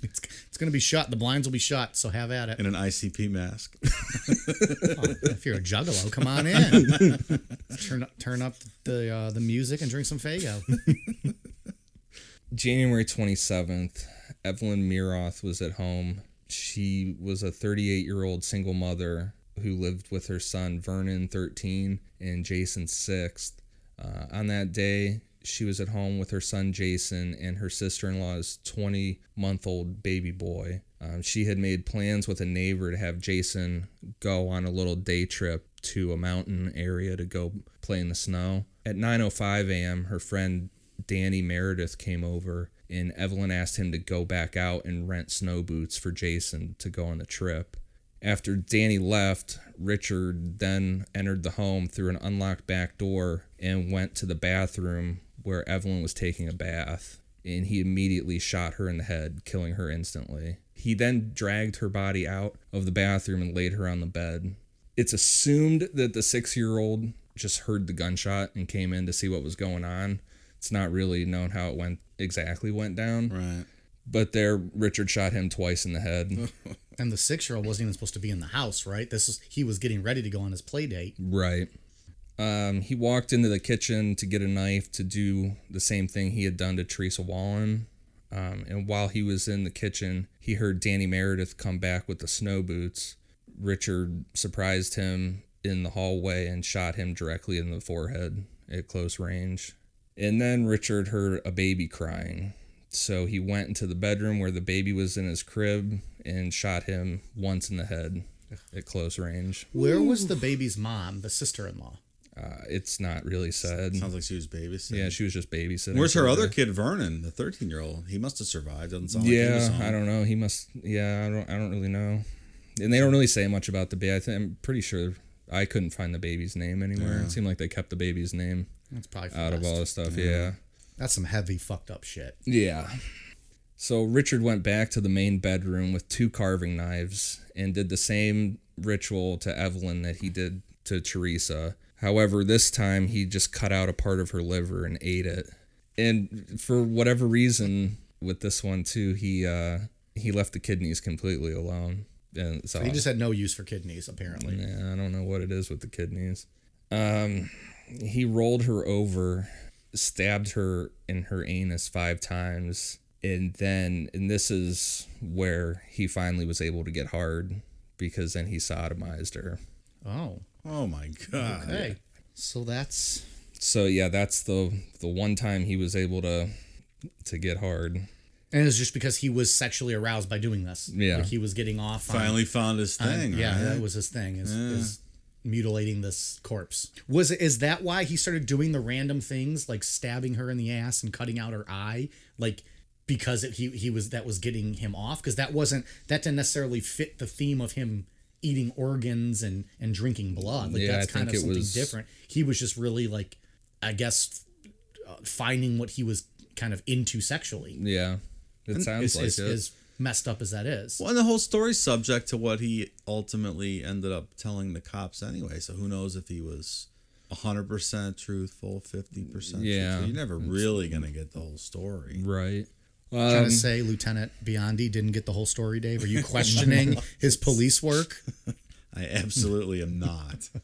[SPEAKER 1] It's, it's going to be shut. The blinds will be shut, so have at it.
[SPEAKER 3] (laughs)
[SPEAKER 2] in an ICP mask.
[SPEAKER 1] if you're a juggalo, come on in. (laughs) turn up, turn up the uh, the music and drink some Fago.
[SPEAKER 3] January 27th, Evelyn Miroth was at home. She was a 38 year old single mother who lived with her son Vernon, 13, and Jason, 6. Uh, on that day, she was at home with her son Jason and her sister in law's 20 month old baby boy. Um, she had made plans with a neighbor to have Jason go on a little day trip to a mountain area to go play in the snow. At 9:05 a.m., her friend Danny Meredith came over and Evelyn asked him to go back out and rent snow boots for Jason to go on the trip. After Danny left, Richard then entered the home through an unlocked back door and went to the bathroom where Evelyn was taking a bath. And he immediately shot her in the head, killing her instantly. He then dragged her body out of the bathroom and laid her on the bed. It's assumed that the six year old just heard the gunshot and came in to see what was going on. It's not really known how it went exactly went down,
[SPEAKER 2] Right.
[SPEAKER 3] but there Richard shot him twice in the head.
[SPEAKER 1] And the six year old wasn't even supposed to be in the house, right? This is he was getting ready to go on his play date.
[SPEAKER 3] Right. Um, he walked into the kitchen to get a knife to do the same thing he had done to Teresa Wallen. Um, and while he was in the kitchen, he heard Danny Meredith come back with the snow boots. Richard surprised him in the hallway and shot him directly in the forehead at close range. And then Richard heard a baby crying. So he went into the bedroom where the baby was in his crib and shot him once in the head at close range.
[SPEAKER 1] Where was the baby's mom, the sister in law?
[SPEAKER 3] Uh, it's not really said.
[SPEAKER 2] Sounds like she was babysitting.
[SPEAKER 3] Yeah, she was just babysitting.
[SPEAKER 2] Where's her
[SPEAKER 3] for
[SPEAKER 2] other
[SPEAKER 3] the-
[SPEAKER 2] kid, Vernon, the 13 year old? He must have survived. Doesn't sound like he was
[SPEAKER 3] Yeah,
[SPEAKER 2] home.
[SPEAKER 3] I don't know. He must. Yeah, I don't. I don't really know. And they don't really say much about the baby. I think, I'm pretty sure I couldn't find the baby's name anywhere. It seemed like they kept the baby's name
[SPEAKER 1] That's probably for
[SPEAKER 3] out
[SPEAKER 1] the
[SPEAKER 3] of
[SPEAKER 1] best.
[SPEAKER 3] all this stuff. Yeah.
[SPEAKER 1] That's some heavy fucked up shit.
[SPEAKER 3] Yeah. So Richard went back to the main bedroom with two carving knives and did the same ritual to Evelyn that he did to Teresa. However, this time he just cut out a part of her liver and ate it. And for whatever reason, with this one too, he uh, he left the kidneys completely alone. And so
[SPEAKER 1] He just had no use for kidneys, apparently.
[SPEAKER 3] yeah, I don't know what it is with the kidneys. Um, he rolled her over, stabbed her in her anus five times, and then, and this is where he finally was able to get hard because then he sodomized her.
[SPEAKER 1] Oh,
[SPEAKER 2] Oh, my God.
[SPEAKER 1] okay. So that's
[SPEAKER 3] So yeah, that's the the one time he was able to to get hard.
[SPEAKER 1] and it's just because he was sexually aroused by doing this.
[SPEAKER 3] Yeah.
[SPEAKER 1] like he was getting off. on-
[SPEAKER 2] Finally found his thing.
[SPEAKER 1] Yeah,
[SPEAKER 2] right?
[SPEAKER 1] that was his thing. Is, is mutilating this corpse. Was it? Is that why he started doing the random things like stabbing her in the ass and cutting out her eye? Like because it, he he was that was getting him off because that wasn't that didn't necessarily fit the theme of him eating organs and and drinking blood. Like
[SPEAKER 3] Yeah,
[SPEAKER 1] that's
[SPEAKER 3] I
[SPEAKER 1] kind
[SPEAKER 3] think
[SPEAKER 1] of
[SPEAKER 3] it
[SPEAKER 1] something
[SPEAKER 3] was-
[SPEAKER 1] different. He was just really like, I guess, uh, finding what he was kind of into sexually.
[SPEAKER 3] Yeah. It sounds
[SPEAKER 1] As,
[SPEAKER 3] like
[SPEAKER 1] as,
[SPEAKER 3] it.
[SPEAKER 1] as messed up as that is.
[SPEAKER 2] Well, and the whole story's subject to what he ultimately ended up telling the cops anyway. So who knows if he was 100% truthful, 50%
[SPEAKER 3] Yeah.
[SPEAKER 2] truthful. You're never really going to get the whole story.
[SPEAKER 3] right.
[SPEAKER 1] trying to say Lieutenant Biondi didn't get the whole story, Dave? (laughs) Are you questioning his police work?
[SPEAKER 2] I absolutely am not. Oh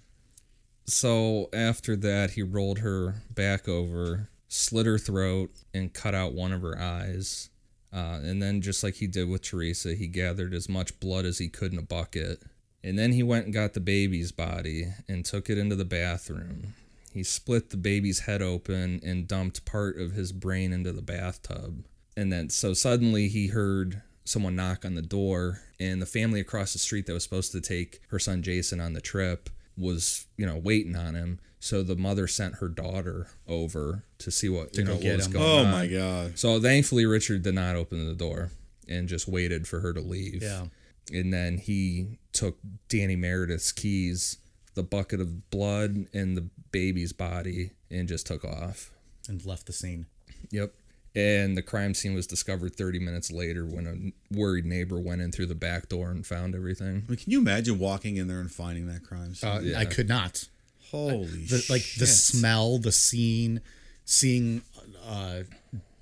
[SPEAKER 3] So after that, he rolled her back over, slit her throat, and cut out one of her eyes. Uh, and then, just like he did with Teresa, he gathered as much blood as he could in a bucket. And then he went and got the baby's body and took it into the bathroom. He split the baby's head open and dumped part of his brain into the bathtub. And then, so suddenly he heard someone knock on the door, and the family across the street that was supposed to take her son Jason on the trip was, you know, waiting on him. So the mother sent her daughter over to see what, you know, what
[SPEAKER 1] get
[SPEAKER 3] was
[SPEAKER 1] him.
[SPEAKER 3] going
[SPEAKER 2] Oh
[SPEAKER 3] on.
[SPEAKER 2] my God.
[SPEAKER 3] So thankfully, Richard did not open the door and just waited for her to leave.
[SPEAKER 1] Yeah.
[SPEAKER 3] And then he took Danny Meredith's keys, the bucket of blood, and the baby's body and just took off.
[SPEAKER 1] And left the scene.
[SPEAKER 3] Yep. And the crime scene was discovered 30 minutes later when a worried neighbor went in through the back door and found everything.
[SPEAKER 2] I mean, can you imagine walking in there and finding that crime scene?
[SPEAKER 1] Uh, I could not.
[SPEAKER 2] Holy
[SPEAKER 1] The, like the
[SPEAKER 2] shit.
[SPEAKER 1] smell, the scene, seeing uh,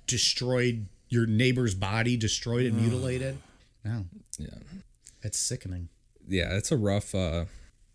[SPEAKER 1] destroyed your neighbor's body, destroyed and mutilated. No,
[SPEAKER 3] Yeah.
[SPEAKER 1] it's sickening.
[SPEAKER 3] Yeah, it's a rough uh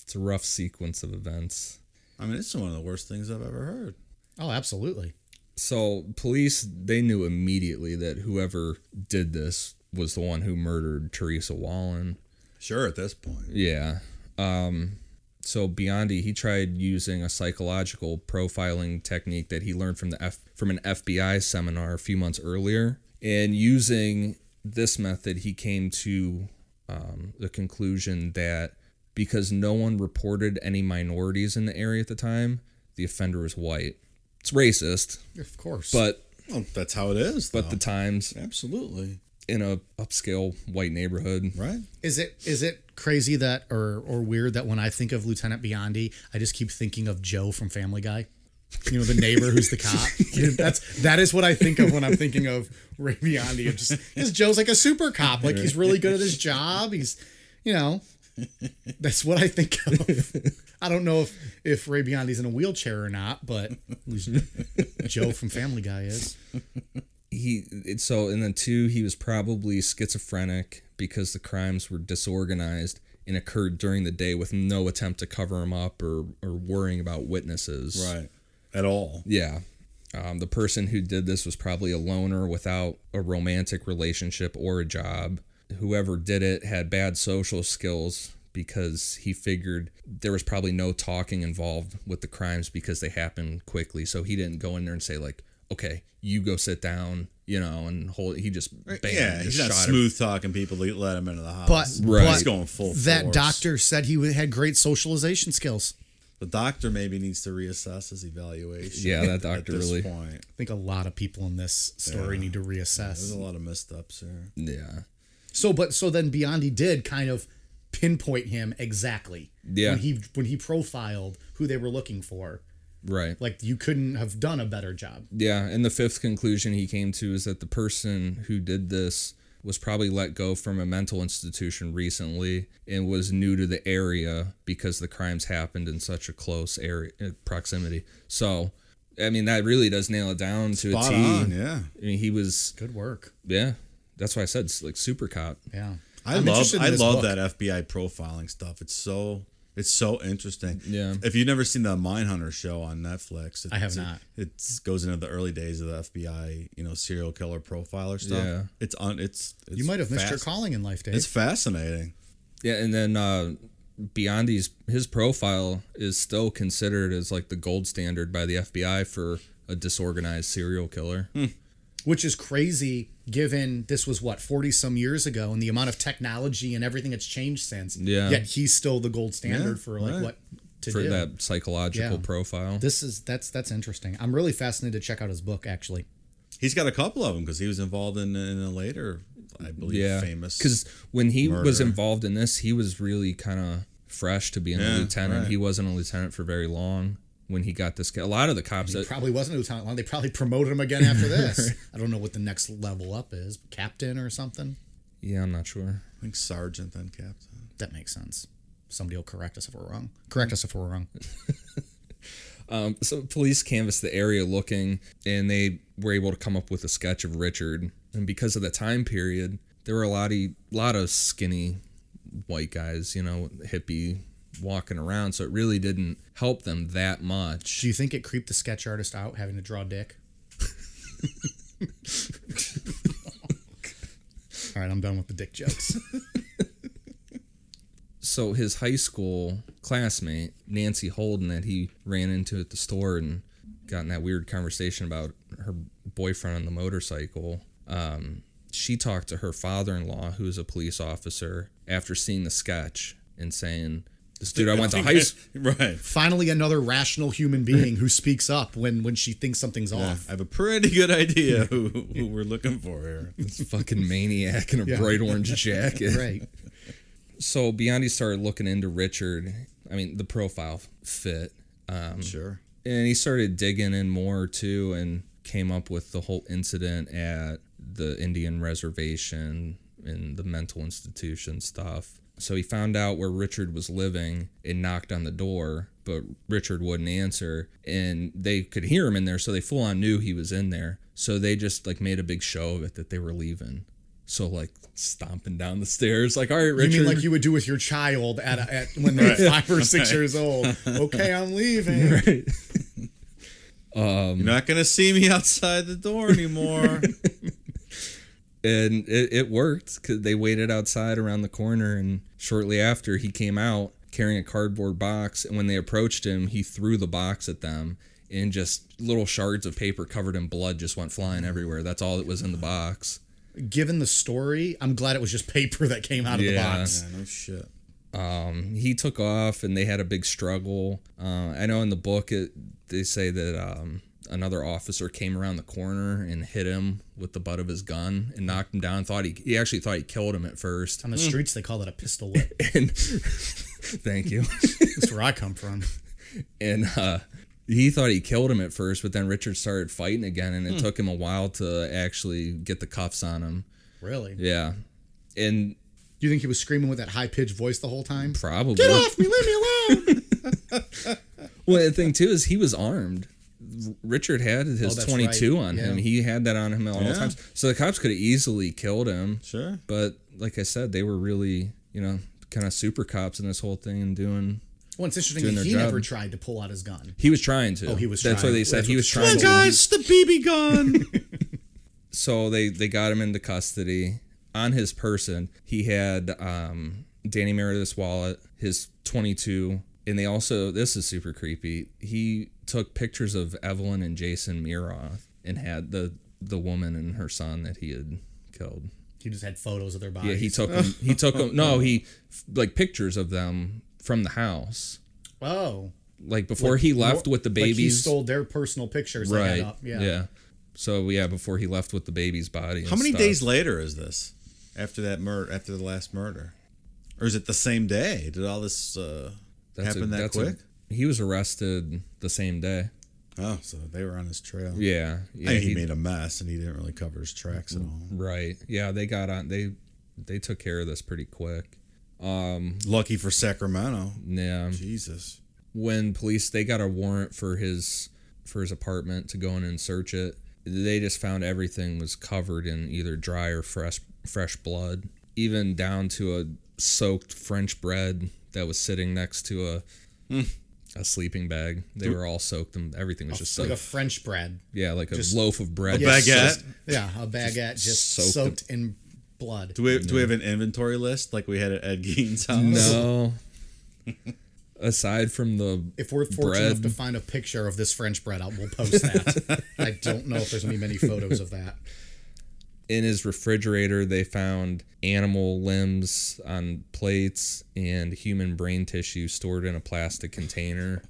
[SPEAKER 3] it's a rough sequence of events.
[SPEAKER 2] I mean, it's one of the worst things I've ever heard.
[SPEAKER 1] Oh, absolutely.
[SPEAKER 3] So police they knew immediately that whoever did this was the one who murdered Teresa Wallen.
[SPEAKER 2] Sure, at this point.
[SPEAKER 3] Yeah. Um so Biondi he tried using a psychological profiling technique that he learned from the F from an FBI seminar a few months earlier. And using this method he came to um, the conclusion that because no one reported any minorities in the area at the time, the offender was white. It's racist,
[SPEAKER 1] Of course.
[SPEAKER 3] but
[SPEAKER 2] Well, that's how it is.
[SPEAKER 3] but the
[SPEAKER 2] though.
[SPEAKER 3] times
[SPEAKER 2] absolutely
[SPEAKER 3] in a upscale white neighborhood.
[SPEAKER 2] right.
[SPEAKER 1] Is it is it crazy that or or weird that when I think of Lieutenant Biondi, I just keep thinking of Joe from Family Guy? You know, the neighbor who's the cop. That's that is what I think of when I'm thinking of Ray Biondi. Of just because Joe's like a super cop, like he's really good at his job. He's, you know, that's what I think of. I don't know if if Ray Biondi's in a wheelchair or not, but Joe from Family Guy is.
[SPEAKER 3] he it- so and then two he was probably schizophrenic because the crimes were disorganized and occurred during the day with no attempt to cover him up or or worrying about witnesses
[SPEAKER 2] Right. At all.
[SPEAKER 3] yeah um, the person who did this was probably a loner without a romantic relationship or a job whoever did it had bad social skills because he figured there was probably no talking involved with the crimes because they happened quickly so he didn't go in there and say like okay you go sit down you know and hold he just bam,
[SPEAKER 2] Uh, yeah,
[SPEAKER 3] just
[SPEAKER 2] he's not
[SPEAKER 3] shot her.
[SPEAKER 2] smooth talking people to let him into the house.
[SPEAKER 1] But,
[SPEAKER 3] Right.
[SPEAKER 1] but
[SPEAKER 2] he's going full.
[SPEAKER 1] that
[SPEAKER 2] force.
[SPEAKER 1] doctor said he had great socialization skills.
[SPEAKER 2] The doctor maybe needs to reassess his evaluation.
[SPEAKER 3] Yeah, that
[SPEAKER 2] (laughs)
[SPEAKER 3] doctor
[SPEAKER 2] at this
[SPEAKER 3] really-
[SPEAKER 2] Point.
[SPEAKER 1] I think a lot of people in this story need to
[SPEAKER 2] There's
[SPEAKER 1] reassess.
[SPEAKER 2] a lot of missed ups there.
[SPEAKER 3] yeah
[SPEAKER 1] So, but so then Biondi did kind of pinpoint him exactly.
[SPEAKER 3] Yeah.
[SPEAKER 1] When he when he profiled who they were looking for,
[SPEAKER 3] right
[SPEAKER 1] like you couldn't have done a better job.
[SPEAKER 3] Yeah, and the fifth conclusion he came to is that the person who did this was probably let go from a mental institution recently and was new to the area because the crimes happened in such a close area uh, proximity. So, I mean, that really does nail it down to
[SPEAKER 2] Spot
[SPEAKER 3] a T.
[SPEAKER 2] on. Yeah,
[SPEAKER 3] I mean, he was
[SPEAKER 1] Good work.
[SPEAKER 3] yeah. That's why I said it's like super cop.
[SPEAKER 1] Yeah.
[SPEAKER 2] I
[SPEAKER 1] I'm
[SPEAKER 2] love
[SPEAKER 1] interested in
[SPEAKER 2] I
[SPEAKER 1] this book.
[SPEAKER 2] love that FBI profiling stuff. It's so it's so interesting.
[SPEAKER 3] Yeah.
[SPEAKER 2] If you've never seen the Mindhunter show on Netflix, it,
[SPEAKER 1] I have not.
[SPEAKER 2] It goes into the early days of the FBI, you know, serial killer profiler stuff.
[SPEAKER 3] Yeah.
[SPEAKER 2] It's on. It's, it's
[SPEAKER 1] You might have missed your
[SPEAKER 2] fasc-
[SPEAKER 1] calling in life, Dave.
[SPEAKER 2] It's fascinating.
[SPEAKER 3] Yeah, and then uh, Biondi's his profile is still considered as like the gold standard by the FBI for a disorganized serial killer.
[SPEAKER 1] which is crazy given this was what 40 some years ago and the amount of technology and everything that's changed since
[SPEAKER 3] Yeah.
[SPEAKER 1] yet he's still the gold standard for like
[SPEAKER 2] right.
[SPEAKER 1] what to
[SPEAKER 3] for
[SPEAKER 1] do
[SPEAKER 3] that psychological
[SPEAKER 1] Yeah.
[SPEAKER 3] profile.
[SPEAKER 1] this is that's that's interesting i'm really fascinated to check out his book actually
[SPEAKER 2] He's got a couple of them because he was involved in, in a later, I believe,
[SPEAKER 3] yeah,
[SPEAKER 2] famous.
[SPEAKER 3] because when he was
[SPEAKER 2] murder.
[SPEAKER 3] involved in this, he was really kind of fresh to being
[SPEAKER 2] Yeah,
[SPEAKER 3] a lieutenant.
[SPEAKER 2] right.
[SPEAKER 3] He wasn't a lieutenant for very long. when he got this. ca- A lot of the cops.
[SPEAKER 1] He
[SPEAKER 3] that-
[SPEAKER 1] probably wasn't Lieutenant Long. They probably promoted him again after
[SPEAKER 2] (laughs)
[SPEAKER 1] this. I don't know what the next level up is. Captain or something?
[SPEAKER 3] yeah, I'm not sure.
[SPEAKER 2] I think sergeant, then captain.
[SPEAKER 1] That makes sense. Somebody will correct us if we're wrong. Correct us if we're wrong.
[SPEAKER 3] Um, so police canvassed the area looking, and they were able to come up with a sketch of Richard. And because of the time period, there were a lot of lot of skinny white guys, you know, hippie walking around. So it really didn't help them that much.
[SPEAKER 1] Do you think it creeped the sketch artist out having to draw
[SPEAKER 2] (laughs)
[SPEAKER 1] dick? All right, I'm done with the dick jokes.
[SPEAKER 3] so his high school classmate Nancy Holden that he ran into at the store and got in that weird conversation about her boyfriend on the motorcycle. Um, she talked to her father-in-law, who's a police officer, after seeing the sketch and saying, "This dude I went
[SPEAKER 2] (laughs)
[SPEAKER 3] to high school."
[SPEAKER 2] Right.
[SPEAKER 1] Finally, another rational human being who speaks up when when she thinks something's off.
[SPEAKER 2] I have a pretty good idea who, who we're looking for
[SPEAKER 3] (laughs)
[SPEAKER 2] here.
[SPEAKER 3] Mm-hmm. Fucking maniac in a bright orange
[SPEAKER 1] (laughs)
[SPEAKER 3] jacket.
[SPEAKER 1] Right.
[SPEAKER 2] (laughs)
[SPEAKER 3] So Biondi started looking into Richard. I mean, the profile fit.
[SPEAKER 2] Sure.
[SPEAKER 3] and he started digging in more too and came up with the whole incident at the Indian reservation and the mental institution stuff. So he found out where Richard was living and knocked on the door, but Richard wouldn't answer. And they could hear him in there, so they full on knew he was in there. So they just like made a big show of it that they were leaving. So like stomping down the stairs, like all right, Richard.
[SPEAKER 1] You mean like you would do with your child at, a, at when they're five or
[SPEAKER 2] (laughs)
[SPEAKER 1] six years old? Okay, I'm leaving.
[SPEAKER 2] You're
[SPEAKER 3] Um,
[SPEAKER 2] not going to see me outside the door
[SPEAKER 3] (laughs)
[SPEAKER 2] anymore.
[SPEAKER 3] and it, it worked 'cause they waited outside around the corner and shortly after he came out carrying a cardboard box and when they approached him he threw the box at them and just little shards of paper covered in blood just went flying everywhere that's all that was in the box
[SPEAKER 1] Given the story, I'm glad it was just paper that came out of the
[SPEAKER 3] Yeah.
[SPEAKER 1] box.
[SPEAKER 2] no shit.
[SPEAKER 3] he took off and they had a big struggle. Uh, I know in the book it, they say that um, another officer came around the corner and hit him with the butt of his gun and knocked him down. Thought he he actually thought he killed him at first. (laughs)
[SPEAKER 1] On the streets, they call it a pistol whip.
[SPEAKER 3] And (laughs) thank you.
[SPEAKER 1] That's where I come
[SPEAKER 3] (laughs)
[SPEAKER 1] from.
[SPEAKER 3] and uh, he thought he killed him at first, but then Richard started fighting again, and it
[SPEAKER 1] Hmm.
[SPEAKER 3] took him a while to actually get the cuffs on him.
[SPEAKER 1] Really?
[SPEAKER 3] Yeah, and
[SPEAKER 1] Do you think he was screaming with that high pitched voice the whole time?
[SPEAKER 3] probably
[SPEAKER 1] Get off me! Leave me alone!
[SPEAKER 3] well, the thing too is he was armed. R- Richard had his
[SPEAKER 1] Oh, that's
[SPEAKER 3] twenty two
[SPEAKER 1] right.
[SPEAKER 3] on
[SPEAKER 1] Yeah.
[SPEAKER 3] him. He had that on him at all
[SPEAKER 2] Yeah.
[SPEAKER 3] times. So the cops could have easily killed him.
[SPEAKER 2] (laughs) Sure.
[SPEAKER 3] But like I said, they were really you know kind of super cops in this whole thing and doing.
[SPEAKER 1] Well, it's interesting.
[SPEAKER 3] Doing
[SPEAKER 1] that
[SPEAKER 3] their
[SPEAKER 1] He
[SPEAKER 3] job.
[SPEAKER 1] never tried to pull out his gun.
[SPEAKER 3] He was trying to.
[SPEAKER 1] Oh, he was
[SPEAKER 3] That's
[SPEAKER 1] trying.
[SPEAKER 3] why they said
[SPEAKER 1] That's
[SPEAKER 3] he
[SPEAKER 1] what
[SPEAKER 3] was
[SPEAKER 1] the-
[SPEAKER 3] trying to.
[SPEAKER 2] the BB
[SPEAKER 3] (laughs)
[SPEAKER 2] gun.
[SPEAKER 3] so they they got him into custody on his person he had um danny meredith's wallet his 22 and they also this is super creepy he took pictures of evelyn and jason miroth and had the the woman and her son that he had killed
[SPEAKER 1] He just had photos of their
[SPEAKER 3] yeah
[SPEAKER 1] bodies.
[SPEAKER 3] he took them he took them no he f- like pictures of them from the house
[SPEAKER 1] oh.
[SPEAKER 3] like before he left
[SPEAKER 1] More-
[SPEAKER 3] with the
[SPEAKER 1] like he
[SPEAKER 3] babies
[SPEAKER 1] stole their personal pictures. Right.
[SPEAKER 3] right
[SPEAKER 1] up.
[SPEAKER 3] yeah.
[SPEAKER 1] Yeah.
[SPEAKER 3] so yeah before he left with the baby's body and
[SPEAKER 2] How many
[SPEAKER 3] stuff.
[SPEAKER 2] days later is this? After that murder, after the last murder, or is it the same day? Did all this uh, happen that
[SPEAKER 3] a-
[SPEAKER 2] quick?
[SPEAKER 3] he was arrested the same day.
[SPEAKER 2] oh, so they were on his trail.
[SPEAKER 3] Yeah, yeah,
[SPEAKER 2] I think he,
[SPEAKER 3] he- Mm-hmm.
[SPEAKER 2] made a mess, and he didn't really cover his tracks at all.
[SPEAKER 3] right. Yeah, they got on. They they took care of this pretty quick.
[SPEAKER 2] Lucky for Sacramento.
[SPEAKER 3] Yeah,
[SPEAKER 2] Jesus.
[SPEAKER 3] when police they got a warrant for his for his apartment to go in and search it. They just found everything was covered in either dry or fresh fresh blood, even down to a soaked French bread that was sitting next to a a sleeping bag. They were all soaked, and everything was just
[SPEAKER 1] Like
[SPEAKER 3] soaked.
[SPEAKER 1] a French bread.
[SPEAKER 3] yeah, like a loaf of bread.
[SPEAKER 1] Yeah,
[SPEAKER 2] Baguette.
[SPEAKER 1] just- yeah, a baguette just
[SPEAKER 3] soaked
[SPEAKER 1] soaked, in blood.
[SPEAKER 2] Do we do we have an inventory list like we had at Ed Gein's house?
[SPEAKER 3] No. (laughs) Aside from the
[SPEAKER 1] if we're fortunate
[SPEAKER 3] bread,
[SPEAKER 1] enough to find a picture of this French bread, I'll, we'll post
[SPEAKER 3] (laughs)
[SPEAKER 1] that. I don't know if there's gonna be many photos of that.
[SPEAKER 3] in his refrigerator, they found animal limbs on plates and human brain tissue stored in a plastic container.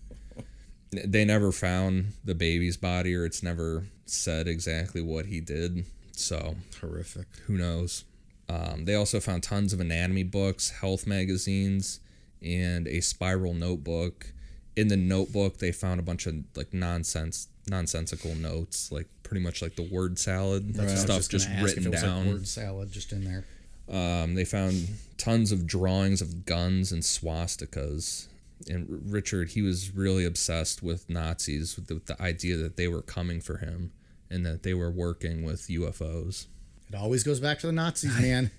[SPEAKER 3] They never found the baby's body, or it's never said exactly what he did. So
[SPEAKER 2] Horrific.
[SPEAKER 3] who knows? Um, they also found tons of anatomy books, health magazines, and a spiral notebook, in the notebook they found a bunch of like nonsense nonsensical notes like pretty much like the word salad stuff just,
[SPEAKER 1] gonna
[SPEAKER 3] written
[SPEAKER 1] if it was
[SPEAKER 3] down
[SPEAKER 1] Like word salad just in there.
[SPEAKER 3] um, they found tons of drawings of guns and swastikas and R- richard he was really obsessed with nazis with the, with the idea that they were coming for him and that they were working with ufos
[SPEAKER 1] It always goes back to the Nazis,
[SPEAKER 3] (laughs)
[SPEAKER 1] man.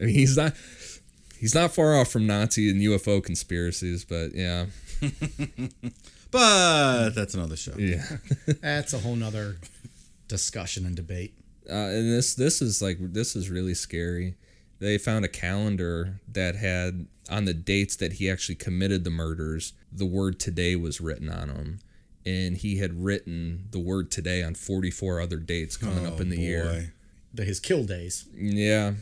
[SPEAKER 3] I mean, he's not he's not far off from nazi and ufo conspiracies but yeah
[SPEAKER 2] But that's another show.
[SPEAKER 3] yeah
[SPEAKER 1] That's a whole nother discussion and debate.
[SPEAKER 3] uh, and this this is like this is really scary. They found a calendar that had on the dates that he actually committed the murders. The word today was written on them, and he had written the word today on 44 other dates coming up in the year.
[SPEAKER 2] Oh, Boy.
[SPEAKER 1] The, his kill days.
[SPEAKER 3] Yeah,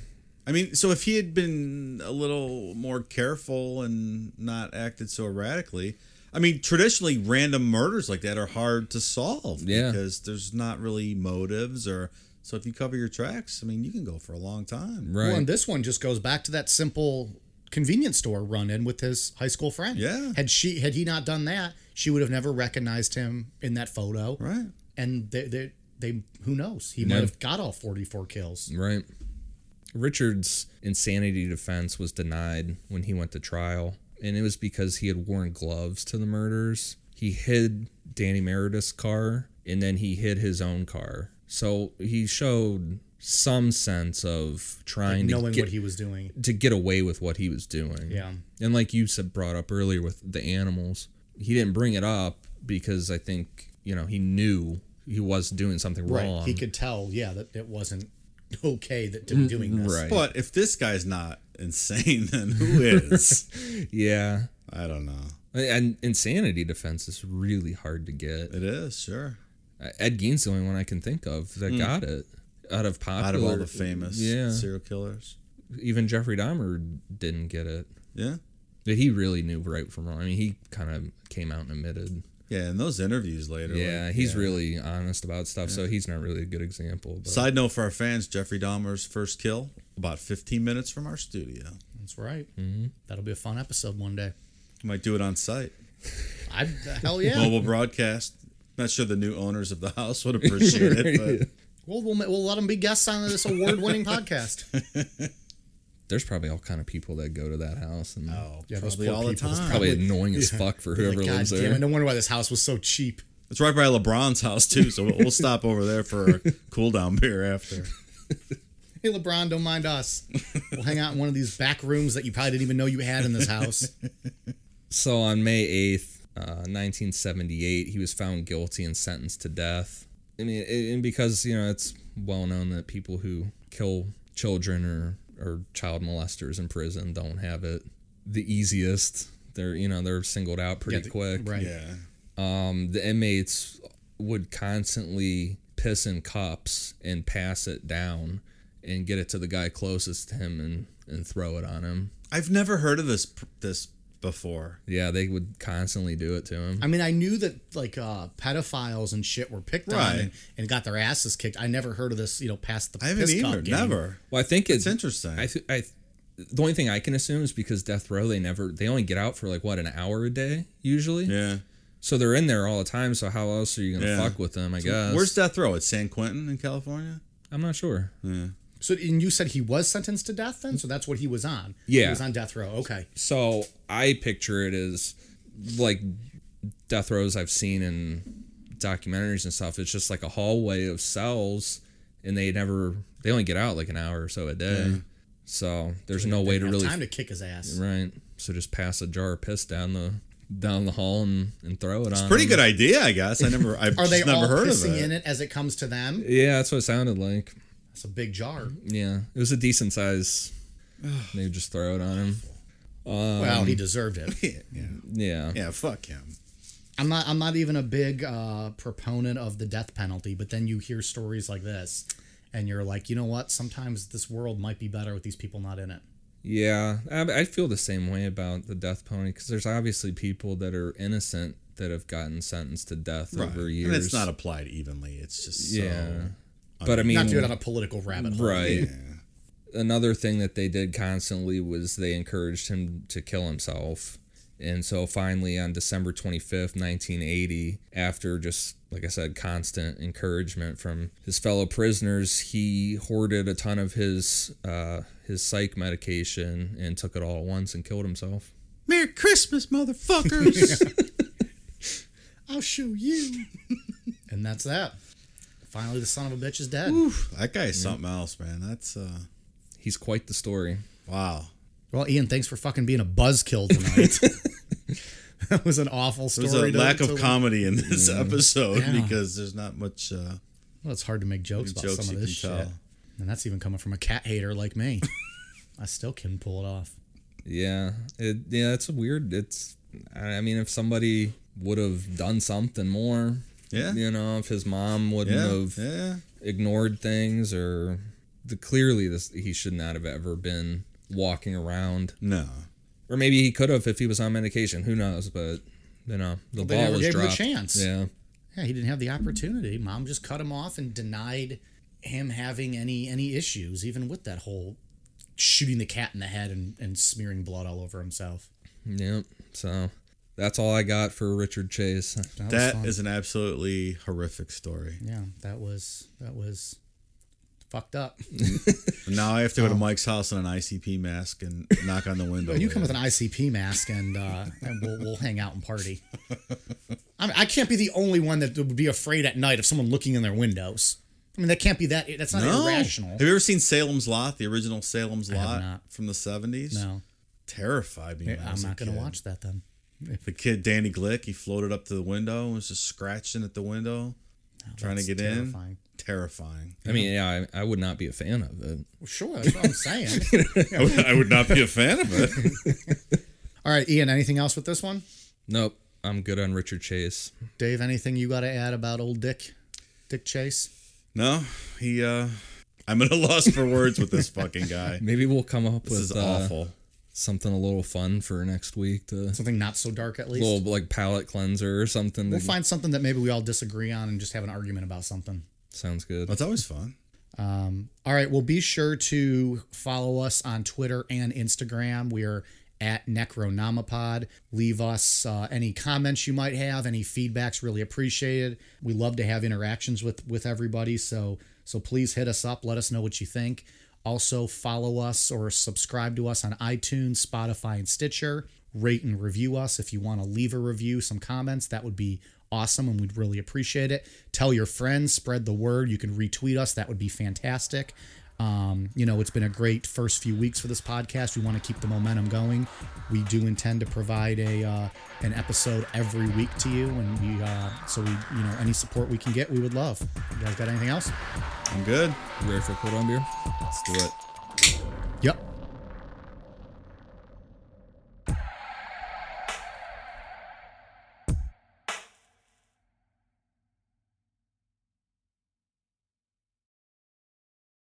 [SPEAKER 2] I mean, so if he had been a little more careful and not acted so erratically, I mean, traditionally random murders like that are hard to solve
[SPEAKER 3] Yeah.
[SPEAKER 2] because there's not really motives or so if you cover your tracks, I mean, you can go for a long time.
[SPEAKER 1] Well,
[SPEAKER 3] right.
[SPEAKER 1] and this one just goes back to that simple convenience store run-in with his high school friend.
[SPEAKER 2] Yeah.
[SPEAKER 1] Had she had he not done that, she would have never recognized him in that photo.
[SPEAKER 2] Right.
[SPEAKER 1] And they they, they who knows? He
[SPEAKER 3] Yeah.
[SPEAKER 1] might have got all 44 kills.
[SPEAKER 3] Right. Richard's insanity defense was denied when he went to trial, and it was because he had worn gloves to the murders. He hid Danny Meredith's car, and then he hid his own car. So he showed some sense of trying to
[SPEAKER 1] Knowing
[SPEAKER 3] get
[SPEAKER 1] what he was doing.
[SPEAKER 3] to get away with what he was doing.
[SPEAKER 1] Yeah.
[SPEAKER 3] And like you said, brought up earlier with the animals, he didn't bring it up because I think you know he knew he was doing something wrong.
[SPEAKER 1] Right. He could tell, yeah, that it wasn't okay that to be doing this.
[SPEAKER 3] Mm, Right.
[SPEAKER 2] But if this guy's not insane, (laughs) then who is?
[SPEAKER 3] yeah.
[SPEAKER 2] I don't know.
[SPEAKER 3] And insanity defense is really hard to get. Uh,
[SPEAKER 2] It is, sure.
[SPEAKER 3] Ed Gein's the only one I can think of that got it out of popular.
[SPEAKER 2] Out of all the famous
[SPEAKER 3] yeah.
[SPEAKER 2] serial killers.
[SPEAKER 3] Even Jeffrey Dahmer didn't get it.
[SPEAKER 2] Yeah.
[SPEAKER 3] But he really knew right from wrong. I mean, he kind of came out and admitted.
[SPEAKER 2] Yeah, and those interviews later.
[SPEAKER 3] yeah,
[SPEAKER 2] like,
[SPEAKER 3] he's really honest about stuff, so he's not really a good example. But
[SPEAKER 2] Side note for our fans: Jeffrey Dahmer's first kill, about 15 minutes from our studio.
[SPEAKER 1] That's right.
[SPEAKER 2] Mm-hmm.
[SPEAKER 1] That'll be a fun episode one day.
[SPEAKER 2] We might do it on site,
[SPEAKER 1] I hell yeah.
[SPEAKER 2] mobile broadcast. Not sure the new owners of the house
[SPEAKER 3] (laughs)
[SPEAKER 2] would appreciate it,
[SPEAKER 1] Well, we'll, ma- we'll let them be guests on this
[SPEAKER 2] (laughs)
[SPEAKER 1] award-winning podcast.
[SPEAKER 3] there's probably all kind of people that go to that house and
[SPEAKER 2] but oh,
[SPEAKER 1] Yeah, those
[SPEAKER 2] probably
[SPEAKER 1] poor
[SPEAKER 2] all the
[SPEAKER 1] people. It's
[SPEAKER 2] time.
[SPEAKER 3] probably annoying as fuck for
[SPEAKER 1] Like,
[SPEAKER 3] whoever
[SPEAKER 1] God
[SPEAKER 3] lives
[SPEAKER 1] damn it!
[SPEAKER 3] there.
[SPEAKER 1] No wonder why this house was so cheap.
[SPEAKER 2] It's right by LeBron's house too, so we'll, we'll stop over there for a (laughs) cool down beer after.
[SPEAKER 1] Hey, LeBron, don't mind
[SPEAKER 2] (laughs)
[SPEAKER 1] us. We'll hang out in one of these back rooms that you probably didn't even know you had in this house.
[SPEAKER 2] (laughs)
[SPEAKER 3] So on May 8th, uh, 1978, he was found guilty and sentenced to death. I mean, a- and because, you know, it's well known that people who kill children or, or child molesters in prison don't have it the easiest. They're, you know, they're singled out pretty
[SPEAKER 1] the-
[SPEAKER 3] quick.
[SPEAKER 1] Right.
[SPEAKER 2] Yeah,
[SPEAKER 3] Um, the inmates would constantly piss in cups and pass it down and get it to the guy closest to him and, and throw it on him.
[SPEAKER 2] I've never heard of this this before.
[SPEAKER 3] Yeah, they would constantly do it to him.
[SPEAKER 1] I mean, I knew that like uh, pedophiles and shit were picked on
[SPEAKER 2] Right.
[SPEAKER 1] and, and got their asses kicked. I never heard of this, you know, past the
[SPEAKER 2] I haven't
[SPEAKER 1] piss
[SPEAKER 2] either.
[SPEAKER 1] cup game.
[SPEAKER 2] Never.
[SPEAKER 3] Well, I think it's,
[SPEAKER 2] interesting.
[SPEAKER 3] I, th- I, th- the only thing I can assume is because death row they never they only get out for like what an hour a day usually.
[SPEAKER 2] Yeah.
[SPEAKER 3] So they're in there all the time. So how else are you gonna
[SPEAKER 2] Yeah.
[SPEAKER 3] fuck with them? I guess.
[SPEAKER 2] Where's Hmm. death row? It's San Quentin in California.
[SPEAKER 3] I'm not sure.
[SPEAKER 1] So, and you said he was sentenced to death then? So that's what he was on. He
[SPEAKER 3] Yeah.
[SPEAKER 1] was on death row. Okay.
[SPEAKER 3] So I picture it as like death rows I've seen in documentaries and stuff. It's just like a hallway of cells, and they never they only get out like an hour or so a day. So there's no way to
[SPEAKER 1] Have
[SPEAKER 3] really
[SPEAKER 1] time to kick his ass.
[SPEAKER 3] right. So just pass a jar of piss down the down the hall and, and throw it on.
[SPEAKER 2] Pretty
[SPEAKER 3] them.
[SPEAKER 2] good idea, I guess. I never.
[SPEAKER 1] (laughs)
[SPEAKER 2] I've
[SPEAKER 1] Are they
[SPEAKER 2] just never
[SPEAKER 1] all
[SPEAKER 2] heard of
[SPEAKER 1] pissing
[SPEAKER 2] it.
[SPEAKER 1] in it as it comes to them?
[SPEAKER 3] Yeah, that's what it sounded like.
[SPEAKER 1] It's a big jar.
[SPEAKER 2] Mm-hmm.
[SPEAKER 3] Yeah, it was a decent size. they would just throw it on him.
[SPEAKER 2] Um,
[SPEAKER 1] well, he deserved it.
[SPEAKER 2] yeah.
[SPEAKER 3] Yeah.
[SPEAKER 2] Yeah, fuck him.
[SPEAKER 1] I'm not. I'm not even a big uh, proponent of the death penalty. But then you hear stories like this, and you're like, you know what? Sometimes this world might be better with these people not in it.
[SPEAKER 3] Yeah, I, I feel the same way about the death penalty because there's obviously people that are innocent that have gotten sentenced to death over years.
[SPEAKER 2] And it's not applied evenly. It's just so.
[SPEAKER 3] Yeah. but I mean,
[SPEAKER 1] Not do it on a political rabbit hole.
[SPEAKER 3] right. Another thing that they did constantly was they encouraged him to kill himself. And so finally, on December 25th, 1980, after just, like I said, constant encouragement from his fellow prisoners, he hoarded a ton of his, uh, his psych medication and took it all at once and killed himself.
[SPEAKER 2] Merry Christmas, motherfuckers! (laughs)
[SPEAKER 1] I'll show you. and that's that. Finally, the son of a bitch is dead.
[SPEAKER 2] That guy is something else, man. That's uh,
[SPEAKER 3] He's quite the story.
[SPEAKER 2] wow.
[SPEAKER 1] Well, Ian, thanks for fucking being a buzzkill
[SPEAKER 2] (laughs)
[SPEAKER 1] tonight. (laughs) that was an awful story.
[SPEAKER 2] There's a
[SPEAKER 1] to-
[SPEAKER 2] lack
[SPEAKER 1] to-
[SPEAKER 2] of comedy in this episode
[SPEAKER 1] Yeah.
[SPEAKER 2] because there's not much uh,
[SPEAKER 1] Well, it's hard to make jokes about
[SPEAKER 2] jokes
[SPEAKER 1] some
[SPEAKER 2] you
[SPEAKER 1] of
[SPEAKER 2] can
[SPEAKER 1] this shit.
[SPEAKER 2] tell.
[SPEAKER 1] And that's even coming from a cat hater like
[SPEAKER 3] (laughs)
[SPEAKER 1] me. I still can pull it off.
[SPEAKER 3] Yeah, it, yeah, it's weird. It's, I I mean, if somebody would have done something more,
[SPEAKER 2] Yeah.
[SPEAKER 3] you know, if his mom wouldn't
[SPEAKER 2] Yeah,
[SPEAKER 3] have
[SPEAKER 2] yeah.
[SPEAKER 3] ignored things, or the clearly this he should not have ever been walking around,
[SPEAKER 2] No.
[SPEAKER 3] or maybe he could have if he was on medication. Who knows? But you know, the
[SPEAKER 1] they
[SPEAKER 3] ball
[SPEAKER 1] never
[SPEAKER 3] was
[SPEAKER 1] gave him the
[SPEAKER 3] dropped.
[SPEAKER 1] chance.
[SPEAKER 3] Yeah,
[SPEAKER 1] Yeah, he didn't have the opportunity. Mom just cut him off and denied him having any any issues, even with that whole shooting the cat in the head and, and smearing blood all over himself.
[SPEAKER 3] yeah. So that's all I got for Richard Chase.
[SPEAKER 1] That, was
[SPEAKER 2] That
[SPEAKER 1] fun.
[SPEAKER 2] is an absolutely horrific story.
[SPEAKER 1] yeah, that was that was fucked up.
[SPEAKER 2] And now I have to go to Mike's house in an ICP mask and
[SPEAKER 1] (laughs)
[SPEAKER 2] knock on the window.
[SPEAKER 1] Oh. you come with an ICP mask and uh, and we'll, we'll hang out and
[SPEAKER 3] (laughs)
[SPEAKER 1] party. I, mean, I can't be the only one that would be afraid at night of someone looking in their windows. I mean, that can't be that. That's not
[SPEAKER 2] no.
[SPEAKER 1] irrational.
[SPEAKER 2] Have you ever seen Salem's Lot, the original Salem's
[SPEAKER 1] have
[SPEAKER 2] Lot
[SPEAKER 1] not.
[SPEAKER 2] from the 70s?
[SPEAKER 1] No,
[SPEAKER 2] Terrified me. when I
[SPEAKER 1] I'm
[SPEAKER 2] was a
[SPEAKER 1] not going to
[SPEAKER 2] kid.
[SPEAKER 1] watch that then.
[SPEAKER 2] The kid, Danny Glick, he floated up to the window and was just scratching at the window, trying to
[SPEAKER 1] Oh, that's
[SPEAKER 2] get
[SPEAKER 1] terrifying.
[SPEAKER 2] in.
[SPEAKER 1] (laughs)
[SPEAKER 2] Terrifying.
[SPEAKER 3] I mean, yeah, I, I would not be a fan of it.
[SPEAKER 1] Well, sure, that's what I'm saying. (laughs)
[SPEAKER 2] I would- I would not be a fan of it.
[SPEAKER 1] All right, Ian, anything else with this one?
[SPEAKER 3] Nope, I'm good on Richard Chase.
[SPEAKER 1] Dave, anything you got to add about old Dick? Dick Chase?
[SPEAKER 2] (laughs) No, he. uh I'm at a loss for words with this fucking
[SPEAKER 1] (laughs)
[SPEAKER 2] guy.
[SPEAKER 3] Maybe we'll come up
[SPEAKER 2] This
[SPEAKER 3] with
[SPEAKER 2] is
[SPEAKER 3] uh,
[SPEAKER 2] awful.
[SPEAKER 3] something a little fun for next week. To,
[SPEAKER 1] Something not so dark, at least.
[SPEAKER 3] little like palate cleanser or something.
[SPEAKER 1] we'll find something that maybe we all disagree on and just have an argument about something.
[SPEAKER 3] Sounds good.
[SPEAKER 2] That's always fun.
[SPEAKER 1] All right. Well, be sure to follow us on Twitter and Instagram. We are at Necronomipod. Leave us uh, any comments you might have, any feedbacks. Really appreciated. We love to have interactions with with everybody. So so please hit us up. Let us know what you think. Also follow us or subscribe to us on iTunes, Spotify, and Stitcher. Rate and review us if you want to leave a review, some comments. That would be awesome and we'd really appreciate it. Tell your friends, spread the word. You can retweet us, that would be fantastic. Um, you know, it's been a great first few weeks for this podcast. We want to keep the momentum going. We do intend to provide a uh, an episode every week to you, and we uh, so we you know any support we can get, we would love. You guys got anything else?
[SPEAKER 2] I'm good.
[SPEAKER 3] Rare for cold on beer.
[SPEAKER 2] Let's do it.
[SPEAKER 1] Yep.